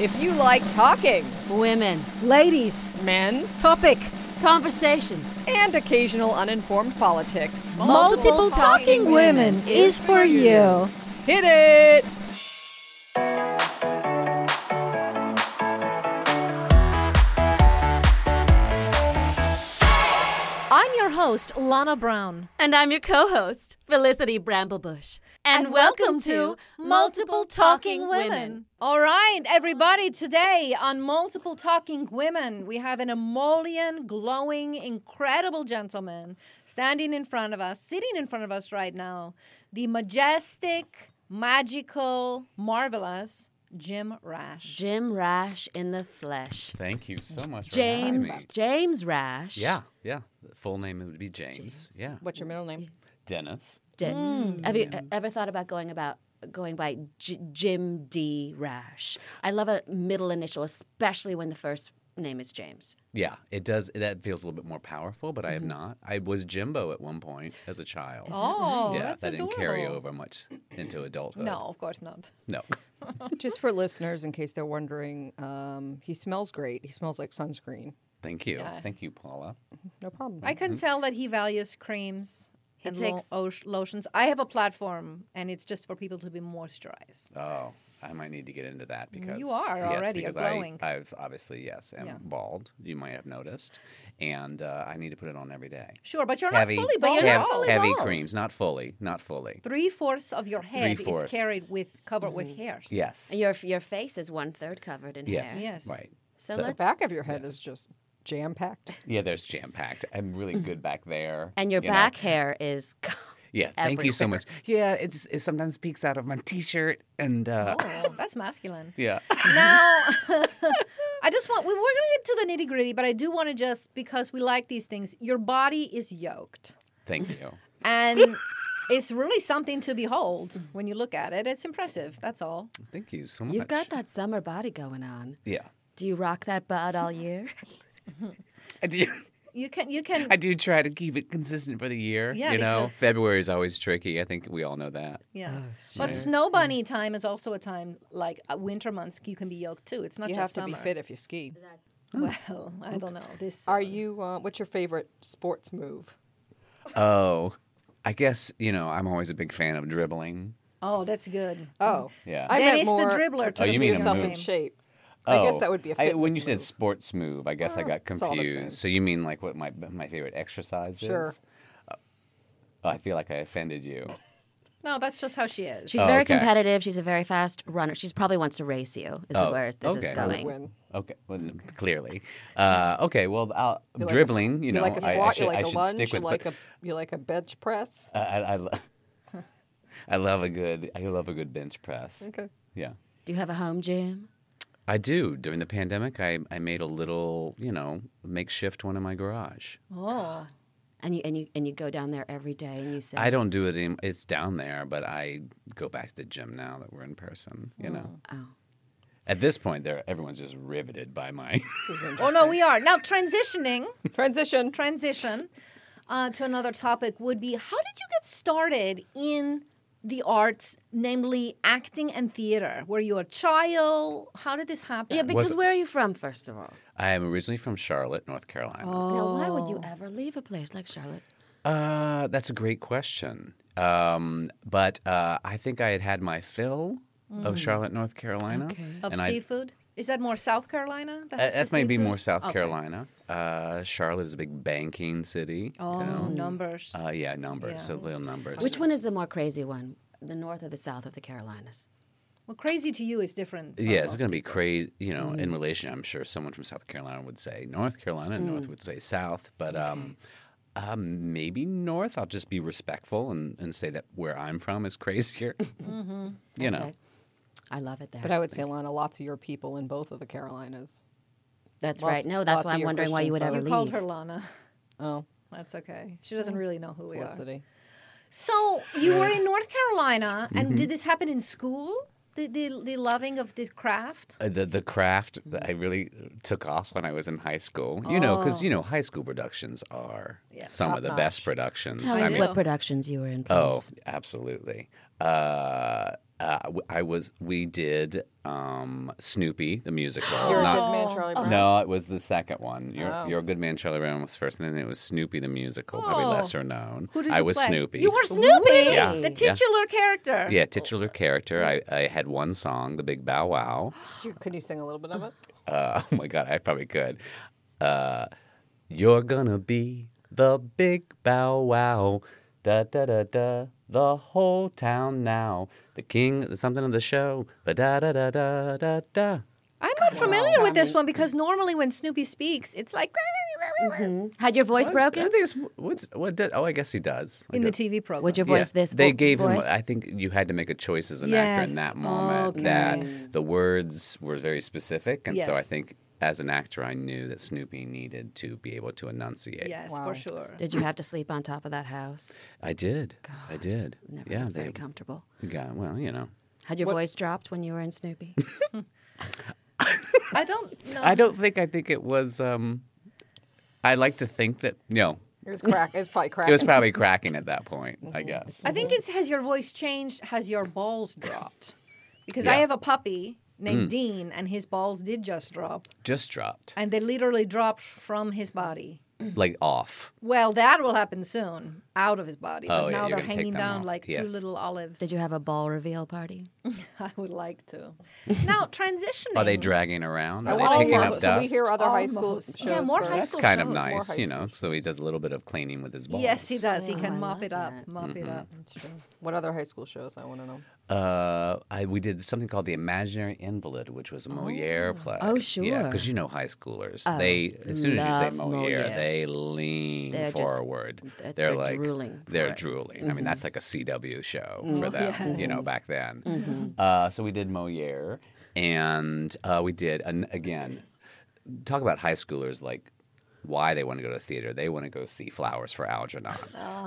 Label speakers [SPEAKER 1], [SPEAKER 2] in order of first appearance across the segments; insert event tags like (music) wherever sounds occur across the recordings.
[SPEAKER 1] If you like talking,
[SPEAKER 2] Women.
[SPEAKER 3] Ladies.
[SPEAKER 1] men,
[SPEAKER 3] Topic.
[SPEAKER 2] Conversations.
[SPEAKER 1] and occasional uninformed politics,
[SPEAKER 3] Multiple, talking, women, is for you.
[SPEAKER 1] hit it!
[SPEAKER 3] I'm your host, Lana Brown.
[SPEAKER 2] And I'm your co host, Felicity Bramblebush. And, welcome, to Multiple Talking Women.
[SPEAKER 3] All right, everybody, today on Multiple Talking Women, we have an emollient, glowing, incredible gentleman standing in front of us, sitting in front of us right now, the majestic, magical, marvelous Jim Rash.
[SPEAKER 2] Jim Rash in the flesh.
[SPEAKER 4] Thank you so much. for having me.
[SPEAKER 2] James, James Rash.
[SPEAKER 4] Yeah, yeah. The full name would be James. Yeah.
[SPEAKER 1] What's your middle name?
[SPEAKER 4] Dennis.
[SPEAKER 2] Did. Have you uh, ever thought about going about going by J- Jim D. Rash? I love a middle initial, especially when the first name is James.
[SPEAKER 4] Yeah, it does. That feels a little bit more powerful, but I have not. I was Jimbo at one point as a child.
[SPEAKER 3] Mm-hmm. Oh,
[SPEAKER 4] yeah,
[SPEAKER 3] that's
[SPEAKER 4] that
[SPEAKER 3] adorable.
[SPEAKER 4] didn't carry over much into adulthood.
[SPEAKER 3] No, of course not.
[SPEAKER 4] No.
[SPEAKER 5] (laughs) Just for listeners, in case they're wondering, um, he smells great. He smells like sunscreen.
[SPEAKER 4] Thank you.
[SPEAKER 3] Yeah.
[SPEAKER 4] Thank you, Paula.
[SPEAKER 5] No problem.
[SPEAKER 3] I can
[SPEAKER 4] Mm-hmm.
[SPEAKER 3] tell that he values creams and lo-
[SPEAKER 2] takes-
[SPEAKER 3] osh- lotions. I have a platform, and it's just for people to be moisturized.
[SPEAKER 4] Oh, I might need to get into that because
[SPEAKER 3] are
[SPEAKER 4] yes,
[SPEAKER 3] already, you're
[SPEAKER 4] because I-
[SPEAKER 3] glowing.
[SPEAKER 4] I've obviously yes, am
[SPEAKER 3] Yeah.
[SPEAKER 4] bald. You might have noticed, and uh, I need to put it on every day.
[SPEAKER 3] Sure, but you're
[SPEAKER 4] heavy,
[SPEAKER 3] not fully bald.
[SPEAKER 4] hev-
[SPEAKER 3] at all.
[SPEAKER 4] heavy
[SPEAKER 2] bald.
[SPEAKER 4] creams, not fully, not fully.
[SPEAKER 3] Three fourths of your head is
[SPEAKER 4] Three-fourths.
[SPEAKER 3] carried with covered with hairs.
[SPEAKER 4] Yes.
[SPEAKER 2] Your your face is one third covered in
[SPEAKER 4] Yes.
[SPEAKER 2] hair.
[SPEAKER 3] Yes.
[SPEAKER 4] Right.
[SPEAKER 2] So
[SPEAKER 4] So-
[SPEAKER 2] let's
[SPEAKER 5] Back of your head is just jam packed.
[SPEAKER 4] Yeah, there's jam packed. I'm really good back there.
[SPEAKER 2] and your
[SPEAKER 4] you know.
[SPEAKER 2] back hair is (laughs)
[SPEAKER 4] Yeah, thank you so much. Yeah, it's, it sometimes peeks out of my t-shirt and uh,
[SPEAKER 3] Oh, that's masculine.
[SPEAKER 2] (laughs)
[SPEAKER 4] yeah.
[SPEAKER 3] now, I just want, we, we're going to get to the nitty gritty, but I do want to just, because we like these things, your body is yoked.
[SPEAKER 4] Thank you. (laughs)
[SPEAKER 3] And it's really something to behold when you look at it. It's impressive. That's all.
[SPEAKER 4] Thank you so much.
[SPEAKER 2] You've got that summer body going on.
[SPEAKER 4] Yeah.
[SPEAKER 2] Do you rock that bod all
[SPEAKER 4] (laughs)
[SPEAKER 2] year?
[SPEAKER 4] I do,
[SPEAKER 3] You can, you can.
[SPEAKER 4] I do try to keep it consistent for the year.
[SPEAKER 3] Yeah,
[SPEAKER 4] you know,
[SPEAKER 3] because-
[SPEAKER 4] February is always tricky. I think we all know that.
[SPEAKER 3] Yeah. but snow bunny time is also a time like uh, winter months you can be yoked too. It's not
[SPEAKER 5] You have
[SPEAKER 3] just
[SPEAKER 5] to be
[SPEAKER 3] summer.
[SPEAKER 5] fit if you ski.
[SPEAKER 3] Well, I don't know. This
[SPEAKER 5] Are you? Uh, what's your favorite sports move?
[SPEAKER 4] Oh, I guess, you know, I'm always a big fan of dribbling.
[SPEAKER 3] Oh, that's good.
[SPEAKER 5] Oh,
[SPEAKER 4] Yeah.
[SPEAKER 5] I meant
[SPEAKER 3] Dennis the
[SPEAKER 5] more
[SPEAKER 3] dribbler
[SPEAKER 5] for
[SPEAKER 3] to
[SPEAKER 4] Oh,
[SPEAKER 5] keep
[SPEAKER 4] you mean a
[SPEAKER 5] yourself in
[SPEAKER 4] move.
[SPEAKER 5] shape. I guess
[SPEAKER 4] Oh,
[SPEAKER 5] that would be a
[SPEAKER 4] I-
[SPEAKER 5] fitness
[SPEAKER 4] when you said
[SPEAKER 5] move. Uh,
[SPEAKER 4] sports move, I guess I got
[SPEAKER 5] it's all the same.
[SPEAKER 4] confused. So you mean like what my my favorite exercise
[SPEAKER 5] Sure.
[SPEAKER 4] is? Uh, I feel like I offended you.
[SPEAKER 3] No, that's just how she is.
[SPEAKER 2] She's
[SPEAKER 4] Oh,
[SPEAKER 2] very
[SPEAKER 4] okay.
[SPEAKER 2] competitive. She's a very fast runner. She's probably wants to race you. Is
[SPEAKER 4] Oh,
[SPEAKER 2] where this
[SPEAKER 4] okay.
[SPEAKER 2] is
[SPEAKER 4] I would
[SPEAKER 2] going.
[SPEAKER 5] win.
[SPEAKER 4] Okay, well, n- clearly. Uh, okay, well, I'll,
[SPEAKER 5] You like a s-
[SPEAKER 4] dribbling, you know,
[SPEAKER 5] like a
[SPEAKER 4] I-
[SPEAKER 5] squat,
[SPEAKER 4] I, should,
[SPEAKER 5] you like
[SPEAKER 4] I
[SPEAKER 5] a
[SPEAKER 4] should
[SPEAKER 5] lunge,
[SPEAKER 4] stick
[SPEAKER 5] you
[SPEAKER 4] with.
[SPEAKER 5] like
[SPEAKER 4] but
[SPEAKER 5] a you like a bench press.
[SPEAKER 4] I I- I lo- (laughs) I love a good, I love a good bench press.
[SPEAKER 5] Okay.
[SPEAKER 4] Yeah,
[SPEAKER 2] Do you have a home gym?
[SPEAKER 4] I do. During the pandemic, I, I made a little, you know, makeshift one in my garage.
[SPEAKER 3] Oh,
[SPEAKER 2] And you and you and you go down there every day and you say
[SPEAKER 4] I don't do it. In, it's down there, but I go back to the gym now that we're in person. You know,
[SPEAKER 2] Oh.
[SPEAKER 4] at this point, there everyone's just riveted by my. (laughs)
[SPEAKER 5] This is
[SPEAKER 3] oh
[SPEAKER 5] interesting.
[SPEAKER 3] no, we are now transitioning.
[SPEAKER 5] Transition.
[SPEAKER 3] transition uh, to another topic would be: How did you get started in the arts, namely acting and theater? Were you a child? How did this happen?
[SPEAKER 2] Yeah, because
[SPEAKER 4] Was-
[SPEAKER 2] where are you from, first of all?
[SPEAKER 4] I am originally from Charlotte, North Carolina.
[SPEAKER 2] Now, why would you ever leave a place like Charlotte?
[SPEAKER 4] Uh, that's a great question. Um, but uh, I think I had had my fill of Charlotte, North Carolina.
[SPEAKER 2] Mm. Okay.
[SPEAKER 3] of
[SPEAKER 4] and I-
[SPEAKER 3] seafood. Is that more South Carolina?
[SPEAKER 4] uh,
[SPEAKER 3] That's
[SPEAKER 4] that
[SPEAKER 3] the
[SPEAKER 4] might be
[SPEAKER 3] seafood?
[SPEAKER 4] more South
[SPEAKER 3] Okay.
[SPEAKER 4] Carolina. Uh, Charlotte is a big banking city.
[SPEAKER 3] Oh,
[SPEAKER 4] You know?
[SPEAKER 3] numbers.
[SPEAKER 4] Uh, yeah, numbers,
[SPEAKER 3] Yeah.
[SPEAKER 4] so little numbers.
[SPEAKER 2] Which one is the more crazy one? The north or the south of the Carolinas?
[SPEAKER 3] well, crazy to you is
[SPEAKER 2] Oh,
[SPEAKER 3] different. from
[SPEAKER 4] Yeah, it's
[SPEAKER 3] most
[SPEAKER 4] going to be crazy. You know,
[SPEAKER 2] Mm.
[SPEAKER 4] in relation, I'm sure someone from South Carolina would say North Carolina, and
[SPEAKER 2] Mm.
[SPEAKER 4] North would say South, but um, um, maybe North. I'll just be respectful and, and say that where I'm from
[SPEAKER 2] (laughs)
[SPEAKER 4] is crazier. (laughs) You know.
[SPEAKER 2] Mm-hmm. Okay. I love it there.
[SPEAKER 5] But I would say, Lana, lots of your people in both of the Carolinas.
[SPEAKER 2] that's
[SPEAKER 5] lots-
[SPEAKER 2] right. No, that's
[SPEAKER 5] lots
[SPEAKER 2] why
[SPEAKER 5] of
[SPEAKER 2] I'm
[SPEAKER 5] your
[SPEAKER 2] wondering why you
[SPEAKER 5] Christian
[SPEAKER 2] would
[SPEAKER 3] people.
[SPEAKER 2] ever
[SPEAKER 3] You
[SPEAKER 2] leave.
[SPEAKER 3] called her Lana.
[SPEAKER 5] Oh,
[SPEAKER 3] That's okay. She
[SPEAKER 2] Mm.
[SPEAKER 3] doesn't really know who we are.
[SPEAKER 5] Felicity.
[SPEAKER 3] So you were in North Carolina, and
[SPEAKER 4] Mm-hmm.
[SPEAKER 3] did this happen in school? The, the the loving of the craft.
[SPEAKER 4] Uh, the the craft
[SPEAKER 2] Mm-hmm.
[SPEAKER 4] that I really took off when I was in high school. You know, because
[SPEAKER 2] Oh.
[SPEAKER 4] you know high school productions are some of the best productions.
[SPEAKER 2] Tell
[SPEAKER 4] I
[SPEAKER 2] us
[SPEAKER 4] mean,
[SPEAKER 2] (laughs) what productions you were in, please.
[SPEAKER 4] oh, absolutely. uh, uh, w- I was we did um, Snoopy the musical.
[SPEAKER 3] You're a
[SPEAKER 4] not-
[SPEAKER 3] good man,
[SPEAKER 6] Charlie
[SPEAKER 4] no, it was the second one. Your,
[SPEAKER 5] Oh.
[SPEAKER 4] Your Good Man Charlie Brown was first, and then it was Snoopy the musical, probably
[SPEAKER 3] Oh.
[SPEAKER 4] lesser known.
[SPEAKER 3] Who did
[SPEAKER 4] I
[SPEAKER 3] you
[SPEAKER 4] was
[SPEAKER 3] play?
[SPEAKER 4] Snoopy.
[SPEAKER 3] You were Snoopy,
[SPEAKER 2] Really?
[SPEAKER 4] Yeah,
[SPEAKER 3] the
[SPEAKER 4] yeah.
[SPEAKER 3] titular character.
[SPEAKER 4] yeah, titular character. I, I had one song, The Big Bow Wow.
[SPEAKER 3] (gasps)
[SPEAKER 5] Could you, could you sing a little bit of it?
[SPEAKER 4] Uh, oh my god, I probably could. Uh, you're gonna be the big bow wow, da da da da. The whole town now, the king, something of the show, the da da da da da da.
[SPEAKER 3] I'm not familiar with this one because normally when Snoopy speaks, it's like
[SPEAKER 2] Had your voice
[SPEAKER 4] I
[SPEAKER 2] broken?
[SPEAKER 4] think it's what's what does, oh I guess he does. I
[SPEAKER 3] in the
[SPEAKER 4] guess-
[SPEAKER 3] TV program.
[SPEAKER 2] Would your voice
[SPEAKER 4] Yeah,
[SPEAKER 2] this?
[SPEAKER 4] They
[SPEAKER 2] vo-
[SPEAKER 4] gave him.
[SPEAKER 2] voice?
[SPEAKER 4] I think you had to make a choice as an actor
[SPEAKER 3] Yes.
[SPEAKER 4] in that moment.
[SPEAKER 3] Okay.
[SPEAKER 4] That the words were very specific, and so I
[SPEAKER 3] Yes.
[SPEAKER 4] think as an actor, I knew that Snoopy needed to be able to enunciate.
[SPEAKER 3] Yes, for sure.
[SPEAKER 2] Did you have to sleep on top of that house?
[SPEAKER 4] I did. I did.
[SPEAKER 2] Never
[SPEAKER 4] yeah,
[SPEAKER 2] was very
[SPEAKER 4] they
[SPEAKER 2] comfortable.
[SPEAKER 4] got well. You know,
[SPEAKER 2] Had your voice dropped when you were in
[SPEAKER 4] (laughs)
[SPEAKER 2] Snoopy?
[SPEAKER 3] I don't know.
[SPEAKER 4] I don't think. I think it was. um I like to think that no,
[SPEAKER 5] It was crack. It was probably crack.
[SPEAKER 4] it was probably cracking at that point. I guess.
[SPEAKER 3] Mm-hmm. I think it's has your voice changed? Has your balls dropped? Because I
[SPEAKER 4] Yeah. Mm.
[SPEAKER 3] have a puppy named Dean, and his balls did just drop,
[SPEAKER 4] Just dropped,
[SPEAKER 3] and they literally dropped from his body.
[SPEAKER 4] like off.
[SPEAKER 3] Well, that will happen soon, out of his body.
[SPEAKER 4] Oh,
[SPEAKER 3] but
[SPEAKER 4] yeah,
[SPEAKER 3] now they're
[SPEAKER 4] you're gonna take
[SPEAKER 3] hanging
[SPEAKER 4] them
[SPEAKER 3] down
[SPEAKER 4] off.
[SPEAKER 3] like two
[SPEAKER 4] Yes.
[SPEAKER 3] little olives.
[SPEAKER 2] Did you have a ball reveal party?
[SPEAKER 3] (laughs) I would like to.
[SPEAKER 4] (laughs)
[SPEAKER 3] Now transitioning.
[SPEAKER 4] Are Oh, they dragging around? Are
[SPEAKER 5] Almost.
[SPEAKER 4] they picking up
[SPEAKER 3] Almost.
[SPEAKER 5] Can
[SPEAKER 4] dust?
[SPEAKER 5] we hear other high school
[SPEAKER 3] Almost.
[SPEAKER 5] shows?
[SPEAKER 3] Yeah, more
[SPEAKER 5] first?
[SPEAKER 3] high
[SPEAKER 4] That's
[SPEAKER 3] school
[SPEAKER 4] kind of
[SPEAKER 3] shows.
[SPEAKER 5] More
[SPEAKER 4] nice,
[SPEAKER 5] high
[SPEAKER 4] you know. So he does a little bit of cleaning with his balls.
[SPEAKER 3] Yes, he does. He can
[SPEAKER 2] I
[SPEAKER 3] mop
[SPEAKER 2] love
[SPEAKER 3] it up.
[SPEAKER 2] that.
[SPEAKER 3] Mop it
[SPEAKER 4] Mm-hmm.
[SPEAKER 3] up.
[SPEAKER 5] What other high school shows? I want to know.
[SPEAKER 4] Uh, I, we did something called the Imaginary Invalid, which was a Moliere play.
[SPEAKER 2] Oh,
[SPEAKER 4] Yeah,
[SPEAKER 2] sure. Oh,
[SPEAKER 4] because you know high schoolers. they as soon as you
[SPEAKER 2] love
[SPEAKER 4] say Moliere,
[SPEAKER 2] Molière.
[SPEAKER 4] they lean
[SPEAKER 2] They're just-
[SPEAKER 4] forward.
[SPEAKER 2] they're-
[SPEAKER 4] they're,
[SPEAKER 2] they're
[SPEAKER 4] like
[SPEAKER 2] drooling for
[SPEAKER 4] They're
[SPEAKER 2] it. Mm-hmm. Mm. Oh,
[SPEAKER 4] drooling. I mean, that's like a CW show for them, you know, back then.
[SPEAKER 2] Mm-hmm.
[SPEAKER 4] Uh, so we did Moliere, and uh, we did an, again. Talk about high schoolers like. Why they want to go to theater? They want to go see Flowers for Algernon.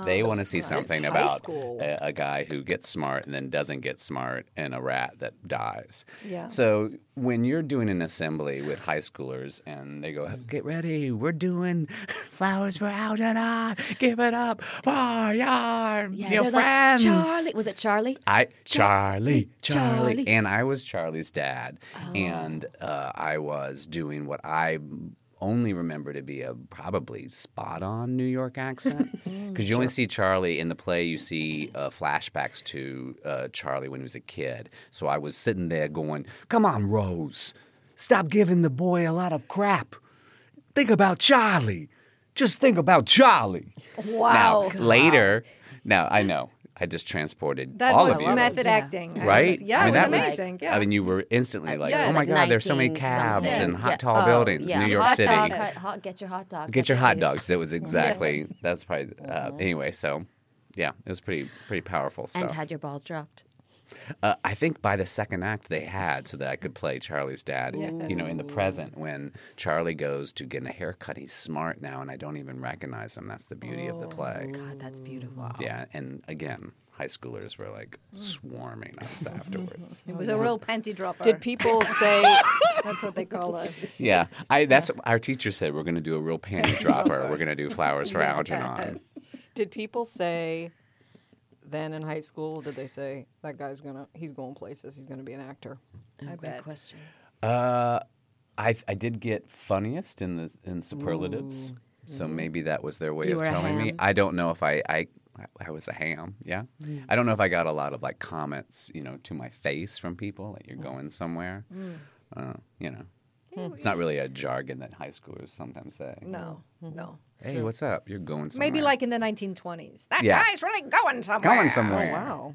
[SPEAKER 4] they
[SPEAKER 2] Oh,
[SPEAKER 4] want to see something
[SPEAKER 5] high
[SPEAKER 4] about
[SPEAKER 5] school.
[SPEAKER 4] a, a guy who gets smart and then doesn't get smart and a rat that dies.
[SPEAKER 3] Yeah.
[SPEAKER 4] So when you're doing an assembly with high schoolers and they go, get ready, we're doing flowers for Algernon, give it up for your, your
[SPEAKER 2] they're like,
[SPEAKER 4] friends.
[SPEAKER 2] Charlie. Was it Charlie?
[SPEAKER 4] I Charlie, Charlie,
[SPEAKER 2] Charlie.
[SPEAKER 4] and I was Charlie's dad, and uh, I was doing what I only remember to be a probably spot on New York accent because you only see Charlie in the play. You see uh, flashbacks to uh, Charlie when he was a kid. So I was sitting there going, "Come on, Rose, stop giving the boy a lot of crap. Think about Charlie. Just think about Charlie."
[SPEAKER 3] Wow.
[SPEAKER 4] Now, later, now I know. I just transported
[SPEAKER 3] That
[SPEAKER 4] all
[SPEAKER 3] was
[SPEAKER 4] of you,
[SPEAKER 3] method acting. I was-
[SPEAKER 4] right?
[SPEAKER 3] yeah, it was
[SPEAKER 4] that
[SPEAKER 3] amazing. yeah.
[SPEAKER 4] I mean, you were instantly like,
[SPEAKER 3] yes.
[SPEAKER 4] "Oh my
[SPEAKER 3] Like
[SPEAKER 4] God, there's so many
[SPEAKER 2] 19
[SPEAKER 4] cabs
[SPEAKER 2] something.
[SPEAKER 4] and hot
[SPEAKER 2] Yeah.
[SPEAKER 4] tall
[SPEAKER 2] Oh,
[SPEAKER 4] buildings,
[SPEAKER 2] yeah.
[SPEAKER 4] New York
[SPEAKER 2] Hot
[SPEAKER 4] City.
[SPEAKER 2] Dog, hot, hot, get your hot dog.
[SPEAKER 4] Get your
[SPEAKER 2] that's
[SPEAKER 4] hot
[SPEAKER 2] me.
[SPEAKER 4] dogs." That was exactly. That's probably uh,
[SPEAKER 3] Mm-hmm.
[SPEAKER 4] anyway. So, yeah, it was pretty pretty powerful stuff.
[SPEAKER 2] And had your balls dropped.
[SPEAKER 4] Uh, I think by the second act they had so that I could play Charlie's dad. You know, in the present when Charlie goes to get a haircut, he's smart now, and I don't even recognize him. That's the beauty of the play.
[SPEAKER 3] Oh.
[SPEAKER 2] God, that's beautiful.
[SPEAKER 4] Yeah, and again, high schoolers were like swarming
[SPEAKER 2] (laughs)
[SPEAKER 4] us afterwards.
[SPEAKER 3] it was a real panty dropper.
[SPEAKER 5] Oh, Did (laughs) people say?
[SPEAKER 3] (laughs) That's what
[SPEAKER 5] (laughs)
[SPEAKER 3] they call it.
[SPEAKER 4] Yeah, I that's our teacher said we're going to do a
[SPEAKER 2] (laughs)
[SPEAKER 4] real panty dropper. We're going to do flowers for Algernon.
[SPEAKER 5] did people say? Then in high school, did they say that guy's gonna? He's going places. He's gonna be an actor.
[SPEAKER 3] I bet.
[SPEAKER 2] Question.
[SPEAKER 4] I I did get funniest in the in superlatives, so maybe that was their way
[SPEAKER 2] Mm-hmm. You
[SPEAKER 4] of
[SPEAKER 2] were a
[SPEAKER 4] telling me.
[SPEAKER 2] ham.
[SPEAKER 4] I don't know if I I. I was a ham, yeah.
[SPEAKER 2] Mm.
[SPEAKER 4] I don't know if I got a lot of like comments, you know, to my face from people like you're
[SPEAKER 2] Mm.
[SPEAKER 4] going somewhere. Uh, you know,
[SPEAKER 2] Hmm.
[SPEAKER 4] it's not really a jargon that high schoolers sometimes say.
[SPEAKER 3] No,
[SPEAKER 5] Hmm.
[SPEAKER 3] no.
[SPEAKER 4] Hey, what's up? You're going somewhere.
[SPEAKER 3] Maybe like in the 1920s. That
[SPEAKER 4] Yeah.
[SPEAKER 3] guy's really going somewhere.
[SPEAKER 4] going somewhere.
[SPEAKER 5] Oh, Wow.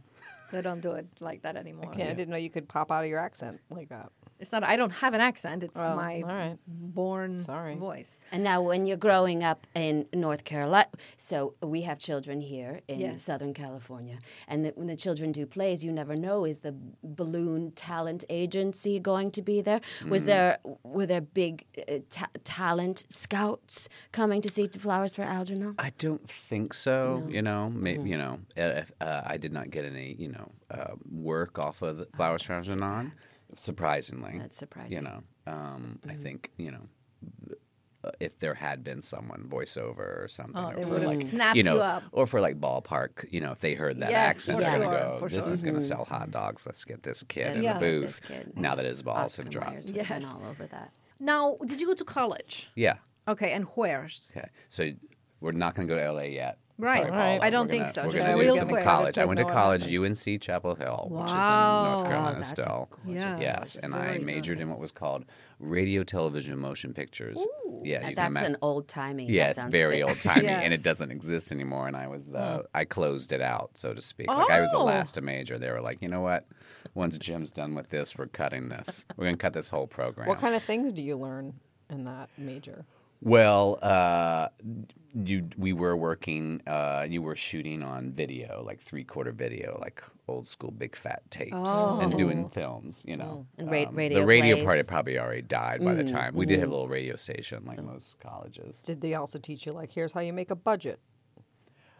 [SPEAKER 3] They don't do it like that anymore.
[SPEAKER 5] Yeah, I didn't know you could pop out of your accent like that.
[SPEAKER 3] It's not. I don't have an accent. It's
[SPEAKER 5] Oh,
[SPEAKER 3] my
[SPEAKER 5] all right.
[SPEAKER 3] born
[SPEAKER 5] Sorry.
[SPEAKER 3] voice.
[SPEAKER 2] And now, when you're growing up in North Carolina, so we have children here in
[SPEAKER 3] Yes.
[SPEAKER 2] Southern California, and the, when the children do plays, you never know is the balloon talent agency going to be there? Was there were there big uh, ta- talent scouts coming to see Flowers for Algernon?
[SPEAKER 4] I don't think so. You know, maybe
[SPEAKER 3] Mm-hmm.
[SPEAKER 4] you know, uh, if, uh, I did not get any you know uh, work off of
[SPEAKER 3] Oh,
[SPEAKER 4] the Flowers for Algernon, surprisingly.
[SPEAKER 2] That's surprising.
[SPEAKER 3] Mm-hmm.
[SPEAKER 4] You know, um, I think you know, uh, if there had been someone voiceover or something,
[SPEAKER 3] Oh,
[SPEAKER 4] or
[SPEAKER 3] they
[SPEAKER 4] for,
[SPEAKER 3] would've
[SPEAKER 4] like,
[SPEAKER 3] snapped
[SPEAKER 4] you know,
[SPEAKER 3] you up.
[SPEAKER 4] or for like ballpark, you know, if they heard that
[SPEAKER 3] Yes,
[SPEAKER 4] accent,
[SPEAKER 3] for
[SPEAKER 4] they're
[SPEAKER 2] sure,
[SPEAKER 4] gonna go,
[SPEAKER 3] for
[SPEAKER 4] "This
[SPEAKER 3] sure. Mm-hmm.
[SPEAKER 4] is gonna sell hot dogs. Let's get this kid in
[SPEAKER 3] Yeah.
[SPEAKER 4] the booth."
[SPEAKER 2] This kid.
[SPEAKER 4] Now that his balls
[SPEAKER 2] Oscar
[SPEAKER 4] have dropped,
[SPEAKER 2] Myers would have been
[SPEAKER 3] Yes.
[SPEAKER 2] all over that.
[SPEAKER 3] Now, did you go to college?
[SPEAKER 4] yeah.
[SPEAKER 3] Okay, and where's?
[SPEAKER 4] Okay, so we're not going to go to LA yet.
[SPEAKER 3] Right.
[SPEAKER 4] Sorry,
[SPEAKER 5] Right.
[SPEAKER 4] Paula.
[SPEAKER 3] I don't
[SPEAKER 4] We're
[SPEAKER 3] think
[SPEAKER 4] gonna-
[SPEAKER 3] so.
[SPEAKER 4] We're
[SPEAKER 3] Just
[SPEAKER 4] going to
[SPEAKER 3] real
[SPEAKER 4] do some
[SPEAKER 3] quick.
[SPEAKER 4] college. I
[SPEAKER 5] Don't
[SPEAKER 4] went to
[SPEAKER 5] know what
[SPEAKER 4] college, UNC Chapel Hill, which is in
[SPEAKER 3] Wow.
[SPEAKER 4] North Carolina
[SPEAKER 2] that's a
[SPEAKER 4] still.
[SPEAKER 3] gorgeous
[SPEAKER 4] Yes, and I
[SPEAKER 5] facility.
[SPEAKER 4] majored in what was called radio, television, and motion pictures. yeah,
[SPEAKER 2] And
[SPEAKER 4] you can
[SPEAKER 2] that's
[SPEAKER 4] imagine.
[SPEAKER 2] an old timey.
[SPEAKER 4] Yeah, it's
[SPEAKER 2] (laughs)
[SPEAKER 4] very old timey, and
[SPEAKER 3] Yes.
[SPEAKER 4] it doesn't exist anymore. And I was the I closed it out, so to speak. Like I was the
[SPEAKER 3] Oh.
[SPEAKER 4] last to major. They were like, you know what? Once Jim's done with this, we're cutting this. We're going to cut this whole program.
[SPEAKER 5] What kind of things do you learn in that major?
[SPEAKER 4] Well, uh, you, we were working, uh, you were shooting on video, like three quarter video, like old school big fat tapes, and doing films, you know.
[SPEAKER 2] Oh. Mm. And
[SPEAKER 4] Um,
[SPEAKER 2] ra- radio
[SPEAKER 4] the radio
[SPEAKER 2] plays. Mm.
[SPEAKER 4] part had probably already died by the time. We did have a little radio station, like most colleges.
[SPEAKER 5] Did they also teach you like here's how you make a budget?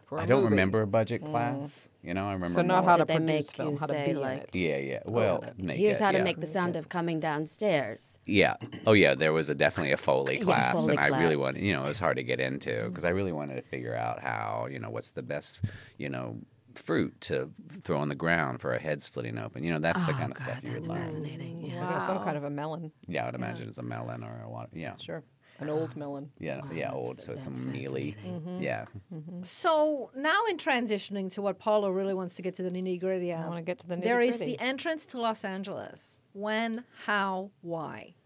[SPEAKER 5] for a
[SPEAKER 4] I don't
[SPEAKER 5] movie?
[SPEAKER 4] remember a budget
[SPEAKER 2] Mm.
[SPEAKER 4] class, you know, I remember.
[SPEAKER 5] So not
[SPEAKER 4] more-
[SPEAKER 5] how to
[SPEAKER 2] Did they
[SPEAKER 5] produce
[SPEAKER 2] make
[SPEAKER 5] film,
[SPEAKER 2] you
[SPEAKER 5] how to
[SPEAKER 2] say,
[SPEAKER 5] be in
[SPEAKER 2] like-
[SPEAKER 5] it.
[SPEAKER 4] Yeah, yeah. Well, make
[SPEAKER 2] Uh, Here's
[SPEAKER 4] it,
[SPEAKER 2] how to
[SPEAKER 4] yeah.
[SPEAKER 2] make the sound of coming downstairs.
[SPEAKER 4] Yeah. Oh, yeah. There was a definitely a Foley
[SPEAKER 2] Yeah,
[SPEAKER 4] class,
[SPEAKER 2] Foley
[SPEAKER 4] and I
[SPEAKER 2] class.
[SPEAKER 4] really wanted. You know, it was hard to get into because I really wanted to figure out how. You know, what's the best. You know, fruit to throw on the ground for a head splitting open. You know, Oh, that's the kind of stuff you would
[SPEAKER 2] Oh, That's
[SPEAKER 4] learn.
[SPEAKER 2] fascinating. Yeah.
[SPEAKER 5] Like, you know, some kind of a melon.
[SPEAKER 4] Yeah, I would imagine it's a melon or a water. Yeah.
[SPEAKER 5] Sure. An old melon.
[SPEAKER 4] Yeah, yeah, old, so it's some mealy. Yeah.
[SPEAKER 5] Hmm.
[SPEAKER 3] So now, in transitioning to what Paula really wants to get to the nitty gritty
[SPEAKER 5] I want to get to the
[SPEAKER 3] there is
[SPEAKER 5] nitty-gritty.
[SPEAKER 3] the entrance to Los Angeles. When, how, why?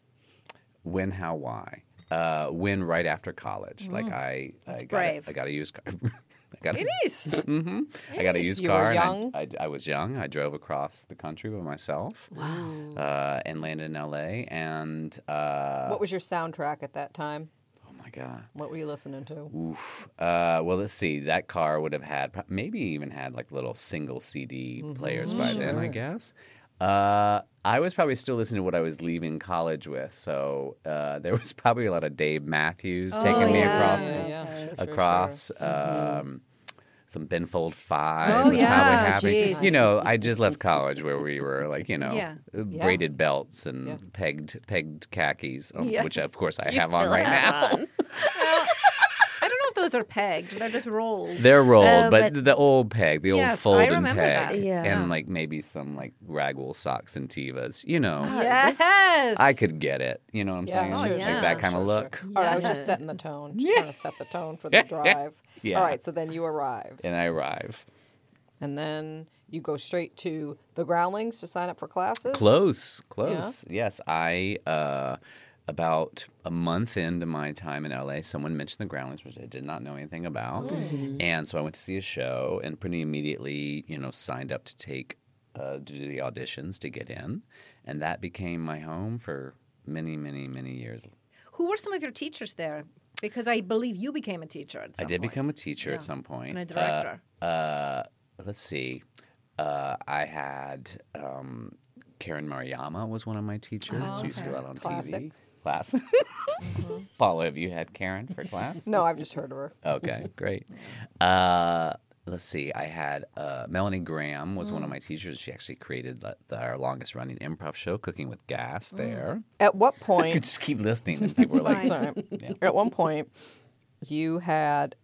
[SPEAKER 4] When, how, why? Uh, when right after college. Like I, I got,
[SPEAKER 3] brave.
[SPEAKER 4] A, I got a used car. (laughs) I got a,
[SPEAKER 3] It is.
[SPEAKER 4] I got a used
[SPEAKER 5] You were
[SPEAKER 4] car. and I-
[SPEAKER 5] young.
[SPEAKER 4] I, I was young. I drove across the country by myself. Wow. Uh, and landed in L.A. And (sighs) uh,
[SPEAKER 5] What was your soundtrack at that time?
[SPEAKER 4] oh my god.
[SPEAKER 5] What were you listening to?
[SPEAKER 4] Oof. Uh, well, let's see. That car would have had pro- maybe even had like little single CD
[SPEAKER 3] Mm-hmm.
[SPEAKER 4] players by then, I guess. Uh, I was probably still listening to what I was leaving college with, so uh, there was probably a lot of Dave Matthews taking me
[SPEAKER 3] Oh, yeah. Mm-hmm.
[SPEAKER 4] across
[SPEAKER 5] Yeah,
[SPEAKER 4] the-
[SPEAKER 5] yeah, sure, sure, sure.
[SPEAKER 4] across. Um, some Benfold Five
[SPEAKER 3] Oh,
[SPEAKER 4] was
[SPEAKER 3] yeah,
[SPEAKER 4] probably happening.
[SPEAKER 3] jeez.
[SPEAKER 4] You know, I just left college where we were like, you know, uh,
[SPEAKER 3] Yeah.
[SPEAKER 4] braided belts and
[SPEAKER 5] Yeah.
[SPEAKER 4] pegged pegged khakis, um,
[SPEAKER 3] Yeah.
[SPEAKER 4] which of course I have on right now.
[SPEAKER 2] (laughs)
[SPEAKER 3] I don't know if those are pegged. They're just rolled.
[SPEAKER 4] They're rolled,
[SPEAKER 2] Oh,
[SPEAKER 4] but,
[SPEAKER 2] but-
[SPEAKER 4] the old peg, the
[SPEAKER 3] Yes, I
[SPEAKER 4] old folding
[SPEAKER 3] remember
[SPEAKER 4] peg,
[SPEAKER 3] that.
[SPEAKER 2] Yeah.
[SPEAKER 4] and like maybe some like ragwool socks and tivas. You know,
[SPEAKER 3] Ah, Yes.
[SPEAKER 4] I could get it. You know what I'm
[SPEAKER 5] Yeah,
[SPEAKER 4] saying?
[SPEAKER 5] sure,
[SPEAKER 4] like
[SPEAKER 3] sure,
[SPEAKER 4] that
[SPEAKER 3] oh, sure,
[SPEAKER 4] kind of look.
[SPEAKER 5] All right, I was just setting the tone.
[SPEAKER 4] (laughs)
[SPEAKER 5] Just trying to set the tone for the drive.
[SPEAKER 4] Yeah.
[SPEAKER 5] All right, so then you arrive,
[SPEAKER 4] And I arrive
[SPEAKER 5] and then you go straight to the Growlings to sign up for classes.
[SPEAKER 4] close, close. Yes, I. uh about a month into my time in LA, someone mentioned the Groundlings, which I did not know anything about.
[SPEAKER 3] Mm. Mm-hmm.
[SPEAKER 4] And so I went to see a show and pretty immediately, you know, signed up to take, uh, to do the auditions to get in. And that became my home for many, many, many years
[SPEAKER 3] Who were some of your teachers there? Because I believe you became a teacher at
[SPEAKER 4] I
[SPEAKER 3] some
[SPEAKER 4] did
[SPEAKER 3] point.
[SPEAKER 4] become a teacher at some point.
[SPEAKER 3] and a
[SPEAKER 4] Uh,
[SPEAKER 3] director.
[SPEAKER 4] Uh, let's see. Uh, I had um, Karen Mariyama was one of my teachers. You see
[SPEAKER 3] okay.
[SPEAKER 4] a lot on
[SPEAKER 5] Oh, Classic.
[SPEAKER 4] TV.
[SPEAKER 5] (laughs)
[SPEAKER 4] Class. (laughs) Paula, have you had Karen for class?
[SPEAKER 5] No, I've just heard of her.
[SPEAKER 4] Okay, great. Uh, let's see. I had uh, Melanie Graham was
[SPEAKER 5] Mm.
[SPEAKER 4] one of my teachers. She actually created the, the, our longest running improv show, Cooking with Gas. There,
[SPEAKER 5] At
[SPEAKER 4] (laughs)
[SPEAKER 5] what
[SPEAKER 4] I could
[SPEAKER 5] point?
[SPEAKER 4] just keep listening, and people were like,
[SPEAKER 5] Mm. That's all right. At one point, you had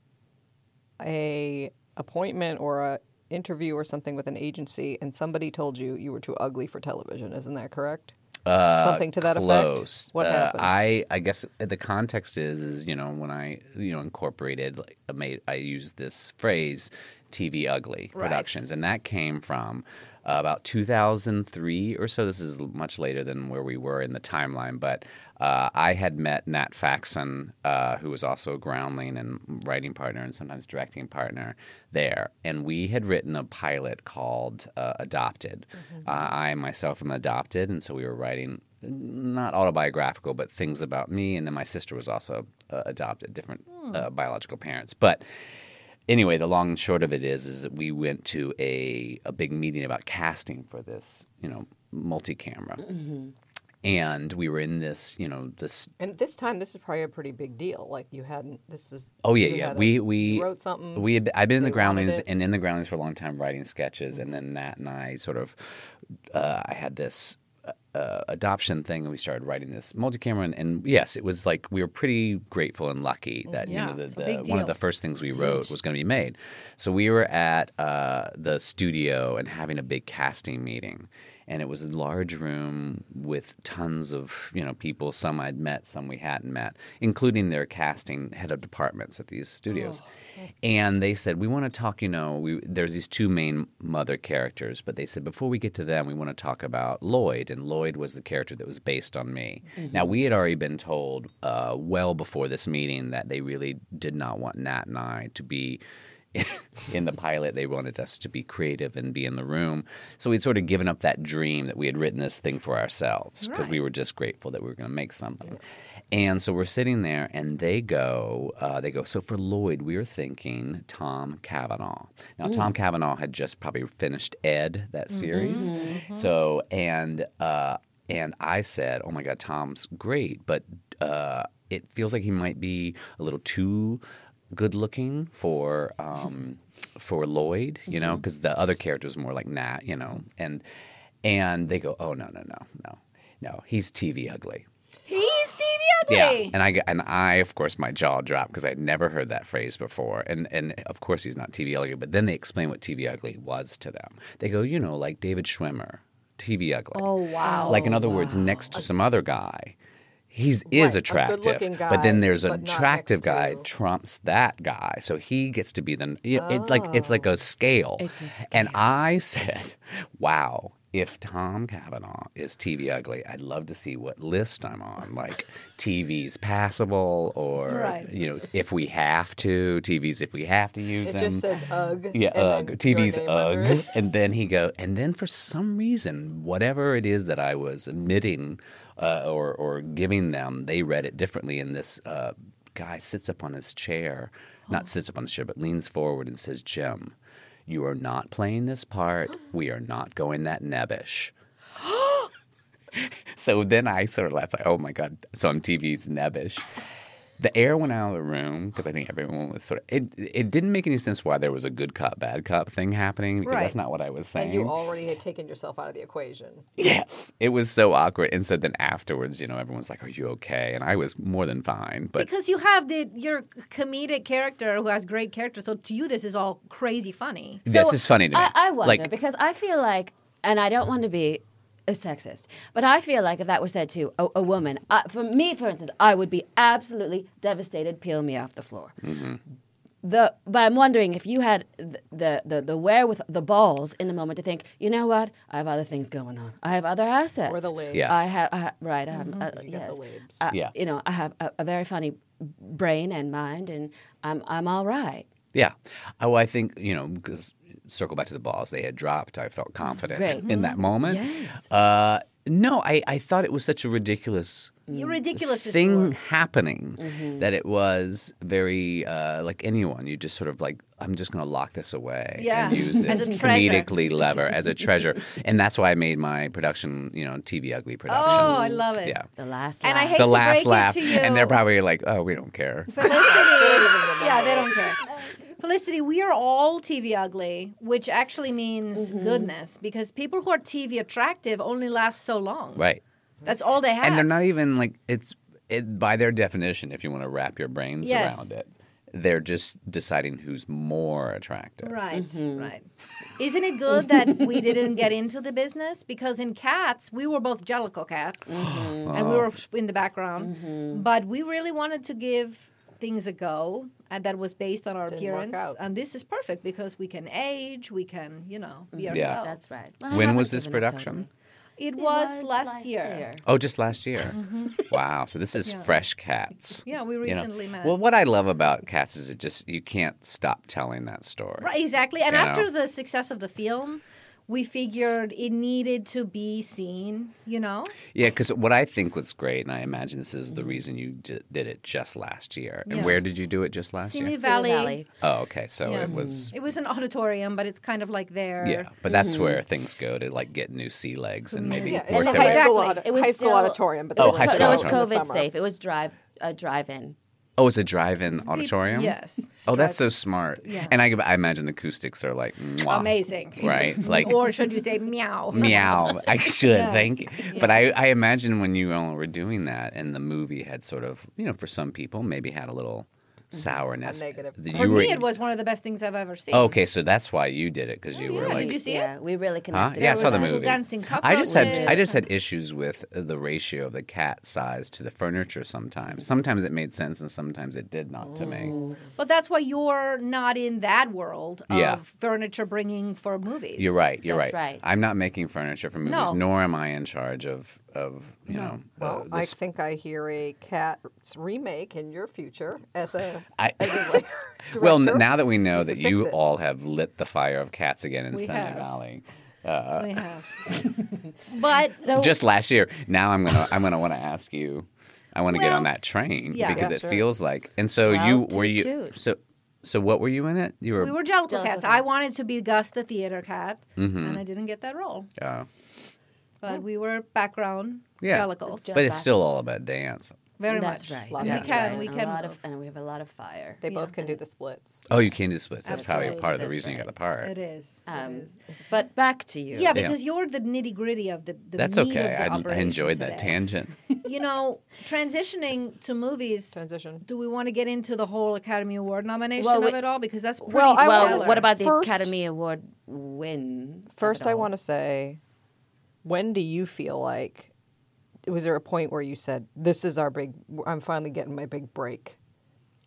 [SPEAKER 5] a appointment or a interview or something with an agency, and somebody told you you were too ugly for television. Isn't that correct? Uh, something to that
[SPEAKER 4] close.
[SPEAKER 5] effect. What
[SPEAKER 4] Uh,
[SPEAKER 5] happened?
[SPEAKER 4] I I guess the context is is you know when I you know incorporated like I made I used this phrase TV ugly productions and that came from uh, about 2003 or so. This is much later than where we were in the timeline, but. Uh, I had met Nat Faxon, uh, who was also a groundling and writing partner and sometimes directing partner there. And we had written a pilot called uh, Adopted. Uh, I myself am adopted, and so we were writing not autobiographical, but things about me. And then my sister was also uh, adopted, different uh, biological parents. But anyway, the long and short of it is, is that we went to a, a big meeting about casting for this, you know, multi-camera.
[SPEAKER 5] Mm-hmm.
[SPEAKER 4] And we were in this, you know, this
[SPEAKER 5] And at this time, this is probably a pretty big deal. Like you hadn't. This was.
[SPEAKER 4] Oh yeah,
[SPEAKER 5] you
[SPEAKER 4] yeah.
[SPEAKER 5] had a-
[SPEAKER 4] we we
[SPEAKER 5] you wrote something.
[SPEAKER 4] We had, I've been in
[SPEAKER 5] They wanted
[SPEAKER 4] the groundlings
[SPEAKER 5] it.
[SPEAKER 4] and in the groundlings for a long time, writing sketches, and then Nat and I sort of, uh, I had this. uh, adoption thing, and we started writing this multi-camera. And, and yes, it was like we were pretty grateful and lucky that
[SPEAKER 3] Yeah,
[SPEAKER 4] you know
[SPEAKER 3] it's a
[SPEAKER 4] the, the
[SPEAKER 3] big
[SPEAKER 4] one
[SPEAKER 3] deal.
[SPEAKER 4] of the first things we wrote was going to be made. So we were at uh, the studio and having a big casting meeting, and it was a large room with tons of you know people. Some I'd met, some we hadn't met, including their casting head of departments at these studios.
[SPEAKER 3] Oh,
[SPEAKER 4] And they said we want to talk. You know, we, there's these two main mother characters, but they said before we get to them, we want to talk about Lloyd, and Lloyd was the character that was based on me. Now we had already been told uh, well before this meeting that they really did not want Nat and I to be (laughs) in the pilot. They wanted us to be creative and be in the room. So we'd sort of given up that dream that we had written this thing for ourselves because we were just grateful that we were going to make something. And so we're sitting there, and they go, uh, they go. So for Lloyd, we are thinking Tom Cavanaugh. Now Tom Cavanaugh had just probably finished Ed that series, so and uh, and I said, "Oh my God, Tom's great, but uh, it feels like he might be a little too good looking for um, for Lloyd, you know, because the other character was more like Nat, you know, and and they go, "Oh no, no, no, no, no, he's TV ugly."
[SPEAKER 3] He's TV
[SPEAKER 4] Yeah,
[SPEAKER 3] ugly.
[SPEAKER 4] and I and I of course my jaw dropped because I'd never heard that phrase before, and and of course he's not TV ugly, but then they explain what TV ugly was to them. They go, you know, like David Schwimmer, TV ugly.
[SPEAKER 3] Oh wow!
[SPEAKER 4] Like in other words, next to some other guy, he's is
[SPEAKER 5] a
[SPEAKER 4] attractive.
[SPEAKER 5] good-looking
[SPEAKER 4] but then
[SPEAKER 5] guy,
[SPEAKER 4] there's an
[SPEAKER 5] but not
[SPEAKER 4] attractive
[SPEAKER 5] next
[SPEAKER 4] guy
[SPEAKER 5] to-
[SPEAKER 4] trumps that guy, so he gets to be the. You know, It's like it's like a scale.
[SPEAKER 2] It's a
[SPEAKER 4] And I (laughs) said, "Wow." If Tom Cavanaugh is TV ugly, I'd love to see what list I'm on, like TV's passable, or
[SPEAKER 3] Right.
[SPEAKER 4] you know, if we have to, TV's if we have to use
[SPEAKER 5] It
[SPEAKER 4] them.
[SPEAKER 5] just says ugh.
[SPEAKER 4] (laughs) Yeah,
[SPEAKER 5] and
[SPEAKER 4] ugh.
[SPEAKER 5] then your
[SPEAKER 4] TV's
[SPEAKER 5] name under it.
[SPEAKER 4] ugh.
[SPEAKER 5] (laughs)
[SPEAKER 4] And then he go, and then for some reason, whatever it is that I was admitting uh, or or giving them, they read it differently. And this uh, guy sits up on his chair,
[SPEAKER 5] Oh.
[SPEAKER 4] not sits up on his chair, but leans forward and says, "Jim, you are not playing
[SPEAKER 5] (gasps)
[SPEAKER 4] this part. We are not going that nebbish." so then I sort of laughed, like, "Oh my god!" So I'm TV's nebbish the air went out of the room because I think everyone was sort of. It, it didn't make any sense why there was a good cop, bad cop thing happening because
[SPEAKER 3] Right.
[SPEAKER 4] that's not what I was saying.
[SPEAKER 5] And you already had taken yourself out of the equation.
[SPEAKER 4] yes. It was so awkward. And so then afterwards, you know, everyone's like, Are you okay? And I was more than fine. But
[SPEAKER 3] because you have the your comedic character who has great character, so to you this is all crazy funny.
[SPEAKER 4] this is funny to me.
[SPEAKER 2] I, I wonder
[SPEAKER 4] Like,
[SPEAKER 2] because I feel like, and I don't want to be a sexist, but I feel like if that were said to a, a woman, I, for me, for instance, I would be absolutely devastated. Peel me off the floor.
[SPEAKER 4] Mm-hmm.
[SPEAKER 2] The, but I'm wondering if you had the, the, the, the wherewithal, the balls in the moment to think, you know what? I have other things going on. I have other assets.
[SPEAKER 5] Or the labes.
[SPEAKER 4] Yes.
[SPEAKER 2] I have, I ha- right. I have, uh, yes.
[SPEAKER 5] the labes.
[SPEAKER 2] Uh,
[SPEAKER 4] Yeah.
[SPEAKER 2] You know, I have a, a very funny brain and mind, and I'm, I'm all right.
[SPEAKER 4] Yeah. Oh, I think, you know, because circle back to the balls they had dropped, I felt confident
[SPEAKER 2] Great.
[SPEAKER 4] in that moment.
[SPEAKER 2] Mm-hmm. Yes.
[SPEAKER 4] Uh, no, I, I thought it was such a ridiculous
[SPEAKER 3] You're ridiculous. Mm-hmm. is the
[SPEAKER 4] thing (laughs)
[SPEAKER 3] word.
[SPEAKER 4] happening that it was very uh, like anyone you just sort of like i'm just going to lock this away
[SPEAKER 3] Yeah.
[SPEAKER 4] and
[SPEAKER 3] (laughs)
[SPEAKER 4] use
[SPEAKER 3] As
[SPEAKER 4] this
[SPEAKER 3] a treasure.
[SPEAKER 4] comedically lever as
[SPEAKER 3] (laughs)
[SPEAKER 4] a treasure and that's why i made my production you know tv ugly productions
[SPEAKER 3] Oh, I love it.
[SPEAKER 4] yeah
[SPEAKER 2] The last
[SPEAKER 3] And I
[SPEAKER 2] laugh.
[SPEAKER 3] hate
[SPEAKER 4] the
[SPEAKER 3] to
[SPEAKER 4] last
[SPEAKER 3] break it
[SPEAKER 4] laugh
[SPEAKER 3] to you.
[SPEAKER 4] and they're probably like oh we
[SPEAKER 3] (laughs)
[SPEAKER 4] don't care
[SPEAKER 3] Felicity. yeah, they don't care. Felicity, we are all TV ugly, which actually means goodness, because people who are TV attractive only last so long.
[SPEAKER 4] right
[SPEAKER 3] That's all they have.
[SPEAKER 4] and they're not even like it's it, by their definition if you want to wrap your brains
[SPEAKER 3] Yes.
[SPEAKER 4] around it they're just deciding who's more attractive
[SPEAKER 3] Right, right. Isn't it good that we didn't get into the business? Because in cats, we were both Jellicle (gasps) cats, and we were f- in the background. But we really wanted to give things a go, and that was based on our
[SPEAKER 5] Didn't work
[SPEAKER 3] appearance.
[SPEAKER 5] out.
[SPEAKER 3] And this is perfect because we can age, we can, you know, be ourselves.
[SPEAKER 4] Yeah.
[SPEAKER 2] That's right.
[SPEAKER 4] when was this production
[SPEAKER 3] Mm-hmm. It, was, last, year.
[SPEAKER 4] Oh, just last year. Wow. So this is fresh cats.
[SPEAKER 3] Mm-hmm. Yeah, we
[SPEAKER 4] you know.
[SPEAKER 3] recently met.
[SPEAKER 4] Well, what I love about cats is it just you can't stop telling that story.
[SPEAKER 3] Right, exactly. And
[SPEAKER 4] You
[SPEAKER 3] after
[SPEAKER 4] know?
[SPEAKER 3] the success of the film, we figured it needed to be seen, you know?
[SPEAKER 4] Yeah, because what I think was great, and I imagine this is the reason you j- did it just last year. And
[SPEAKER 3] Mm-hmm. Yeah.
[SPEAKER 4] where did you do it just last
[SPEAKER 3] Simi
[SPEAKER 4] year?
[SPEAKER 3] Valley.
[SPEAKER 2] Valley.
[SPEAKER 4] Oh, okay. So
[SPEAKER 3] Yeah.
[SPEAKER 4] it was.
[SPEAKER 3] It was an auditorium, but it's kind of like there. Mm-hmm.
[SPEAKER 4] Yeah, but that's where things go to like get new sea legs and maybe
[SPEAKER 5] Yeah,
[SPEAKER 4] work
[SPEAKER 5] and the
[SPEAKER 4] their way.
[SPEAKER 5] high
[SPEAKER 2] Exactly.
[SPEAKER 5] school, audi-
[SPEAKER 2] It was
[SPEAKER 5] high school
[SPEAKER 2] still-
[SPEAKER 5] auditorium, but
[SPEAKER 2] It
[SPEAKER 5] that
[SPEAKER 4] Oh,
[SPEAKER 2] was
[SPEAKER 4] high
[SPEAKER 2] co-
[SPEAKER 4] school
[SPEAKER 2] It was
[SPEAKER 4] auditorium.
[SPEAKER 5] in the
[SPEAKER 2] COVID
[SPEAKER 5] summer.
[SPEAKER 2] safe. It was drive, a drive-in.
[SPEAKER 4] Oh, it's a drive-in auditorium.
[SPEAKER 3] yes.
[SPEAKER 4] Oh, that's so smart.
[SPEAKER 3] Yeah.
[SPEAKER 4] And I, I imagine the acoustics are like mwah,
[SPEAKER 3] Amazing. (laughs)
[SPEAKER 4] right? Like
[SPEAKER 3] or should you say
[SPEAKER 4] (laughs)
[SPEAKER 3] meow?
[SPEAKER 4] meow. I should thank you. But I, I imagine when you all were doing that, and the movie had sort of, you know, for some people, maybe had a little sourness.
[SPEAKER 5] A negative.
[SPEAKER 4] that
[SPEAKER 3] For
[SPEAKER 4] you were- Oh,
[SPEAKER 3] me, it was one of the best things I've ever seen.
[SPEAKER 4] Okay, so that's why you did it because you were
[SPEAKER 3] yeah,
[SPEAKER 4] like.
[SPEAKER 3] did you see it?
[SPEAKER 2] yeah, we really
[SPEAKER 4] Huh?
[SPEAKER 2] connected.
[SPEAKER 4] Ah, Yeah, I
[SPEAKER 2] with
[SPEAKER 4] saw the
[SPEAKER 2] that.
[SPEAKER 4] movie.
[SPEAKER 3] dancing
[SPEAKER 4] I just had I
[SPEAKER 3] cockroaches.
[SPEAKER 4] just had issues with the ratio of the cat size to the furniture. Sometimes, sometimes it made sense, and sometimes it did not to me.
[SPEAKER 3] But that's why you're not in that world of
[SPEAKER 4] Yeah.
[SPEAKER 3] furniture bringing for movies.
[SPEAKER 4] You're right. You're
[SPEAKER 2] That's right.
[SPEAKER 4] I'm not making furniture for movies,
[SPEAKER 3] No.
[SPEAKER 4] nor am I in charge of of you know. uh,
[SPEAKER 5] Well,
[SPEAKER 4] the
[SPEAKER 5] I
[SPEAKER 4] sp-
[SPEAKER 5] think I hear a Cat's remake in your future as
[SPEAKER 4] (laughs)
[SPEAKER 5] a (laughs)
[SPEAKER 4] I-
[SPEAKER 5] as a writer,
[SPEAKER 4] Well, n-
[SPEAKER 5] director.
[SPEAKER 4] now that we know that
[SPEAKER 5] fix
[SPEAKER 4] you
[SPEAKER 5] it.
[SPEAKER 4] all have lit the fire of cats again in
[SPEAKER 3] We
[SPEAKER 4] Sunny
[SPEAKER 3] have.
[SPEAKER 4] Valley,
[SPEAKER 3] We
[SPEAKER 4] (laughs)
[SPEAKER 3] have. but
[SPEAKER 2] So
[SPEAKER 4] just last year, now I'm gonna I'm gonna want to ask you. I want to get on
[SPEAKER 3] Well,
[SPEAKER 4] that train
[SPEAKER 3] yeah.
[SPEAKER 4] because
[SPEAKER 5] Yeah,
[SPEAKER 4] it
[SPEAKER 5] sure.
[SPEAKER 4] feels like. And so
[SPEAKER 2] Well,
[SPEAKER 4] you
[SPEAKER 2] toot
[SPEAKER 4] were you
[SPEAKER 2] toot.
[SPEAKER 4] so so what were you in it? You were.
[SPEAKER 3] we were Jellicle,
[SPEAKER 2] Jellicle cats.
[SPEAKER 3] cats. I wanted to be Gus the theater cat,
[SPEAKER 4] Mm-hmm.
[SPEAKER 3] and I didn't get that role.
[SPEAKER 4] uh,
[SPEAKER 3] But we were background
[SPEAKER 4] Yeah.
[SPEAKER 3] Jellicles.
[SPEAKER 4] but it's still all about dance.
[SPEAKER 3] Very
[SPEAKER 2] that's
[SPEAKER 3] much.
[SPEAKER 2] right.
[SPEAKER 5] Lots
[SPEAKER 3] We
[SPEAKER 5] of
[SPEAKER 2] that's
[SPEAKER 3] can.
[SPEAKER 2] right.
[SPEAKER 3] We
[SPEAKER 2] A
[SPEAKER 3] can.
[SPEAKER 2] lot
[SPEAKER 3] move.
[SPEAKER 2] of, and we have a lot of fire.
[SPEAKER 5] they both can do the splits.
[SPEAKER 4] Oh, you can do splits. That's probably
[SPEAKER 3] Absolutely,
[SPEAKER 4] part of the
[SPEAKER 2] that's
[SPEAKER 4] reason you
[SPEAKER 2] right.
[SPEAKER 4] got the part.
[SPEAKER 3] It is. it
[SPEAKER 2] Um,
[SPEAKER 3] is.
[SPEAKER 2] but back to you.
[SPEAKER 3] Yeah, because you're the nitty gritty of the, the
[SPEAKER 4] That's
[SPEAKER 3] meat of
[SPEAKER 4] okay.
[SPEAKER 3] the
[SPEAKER 4] I, I
[SPEAKER 3] operation
[SPEAKER 4] enjoyed that
[SPEAKER 3] today.
[SPEAKER 4] tangent.
[SPEAKER 3] You know, transitioning to movies.
[SPEAKER 5] Transition.
[SPEAKER 3] Do we want to get into the whole Academy Award nomination
[SPEAKER 2] Well,
[SPEAKER 3] of
[SPEAKER 2] we-
[SPEAKER 3] it all? Because that's pretty
[SPEAKER 5] Well, Oh, I
[SPEAKER 2] well,
[SPEAKER 5] was-
[SPEAKER 3] stellar.
[SPEAKER 2] what about the
[SPEAKER 5] First-
[SPEAKER 2] Academy Award win? of
[SPEAKER 5] First,
[SPEAKER 2] it
[SPEAKER 5] I
[SPEAKER 2] all?
[SPEAKER 5] want to say, when do you feel like? Was there a point where you said, "This is our big? I'm finally getting my big break"?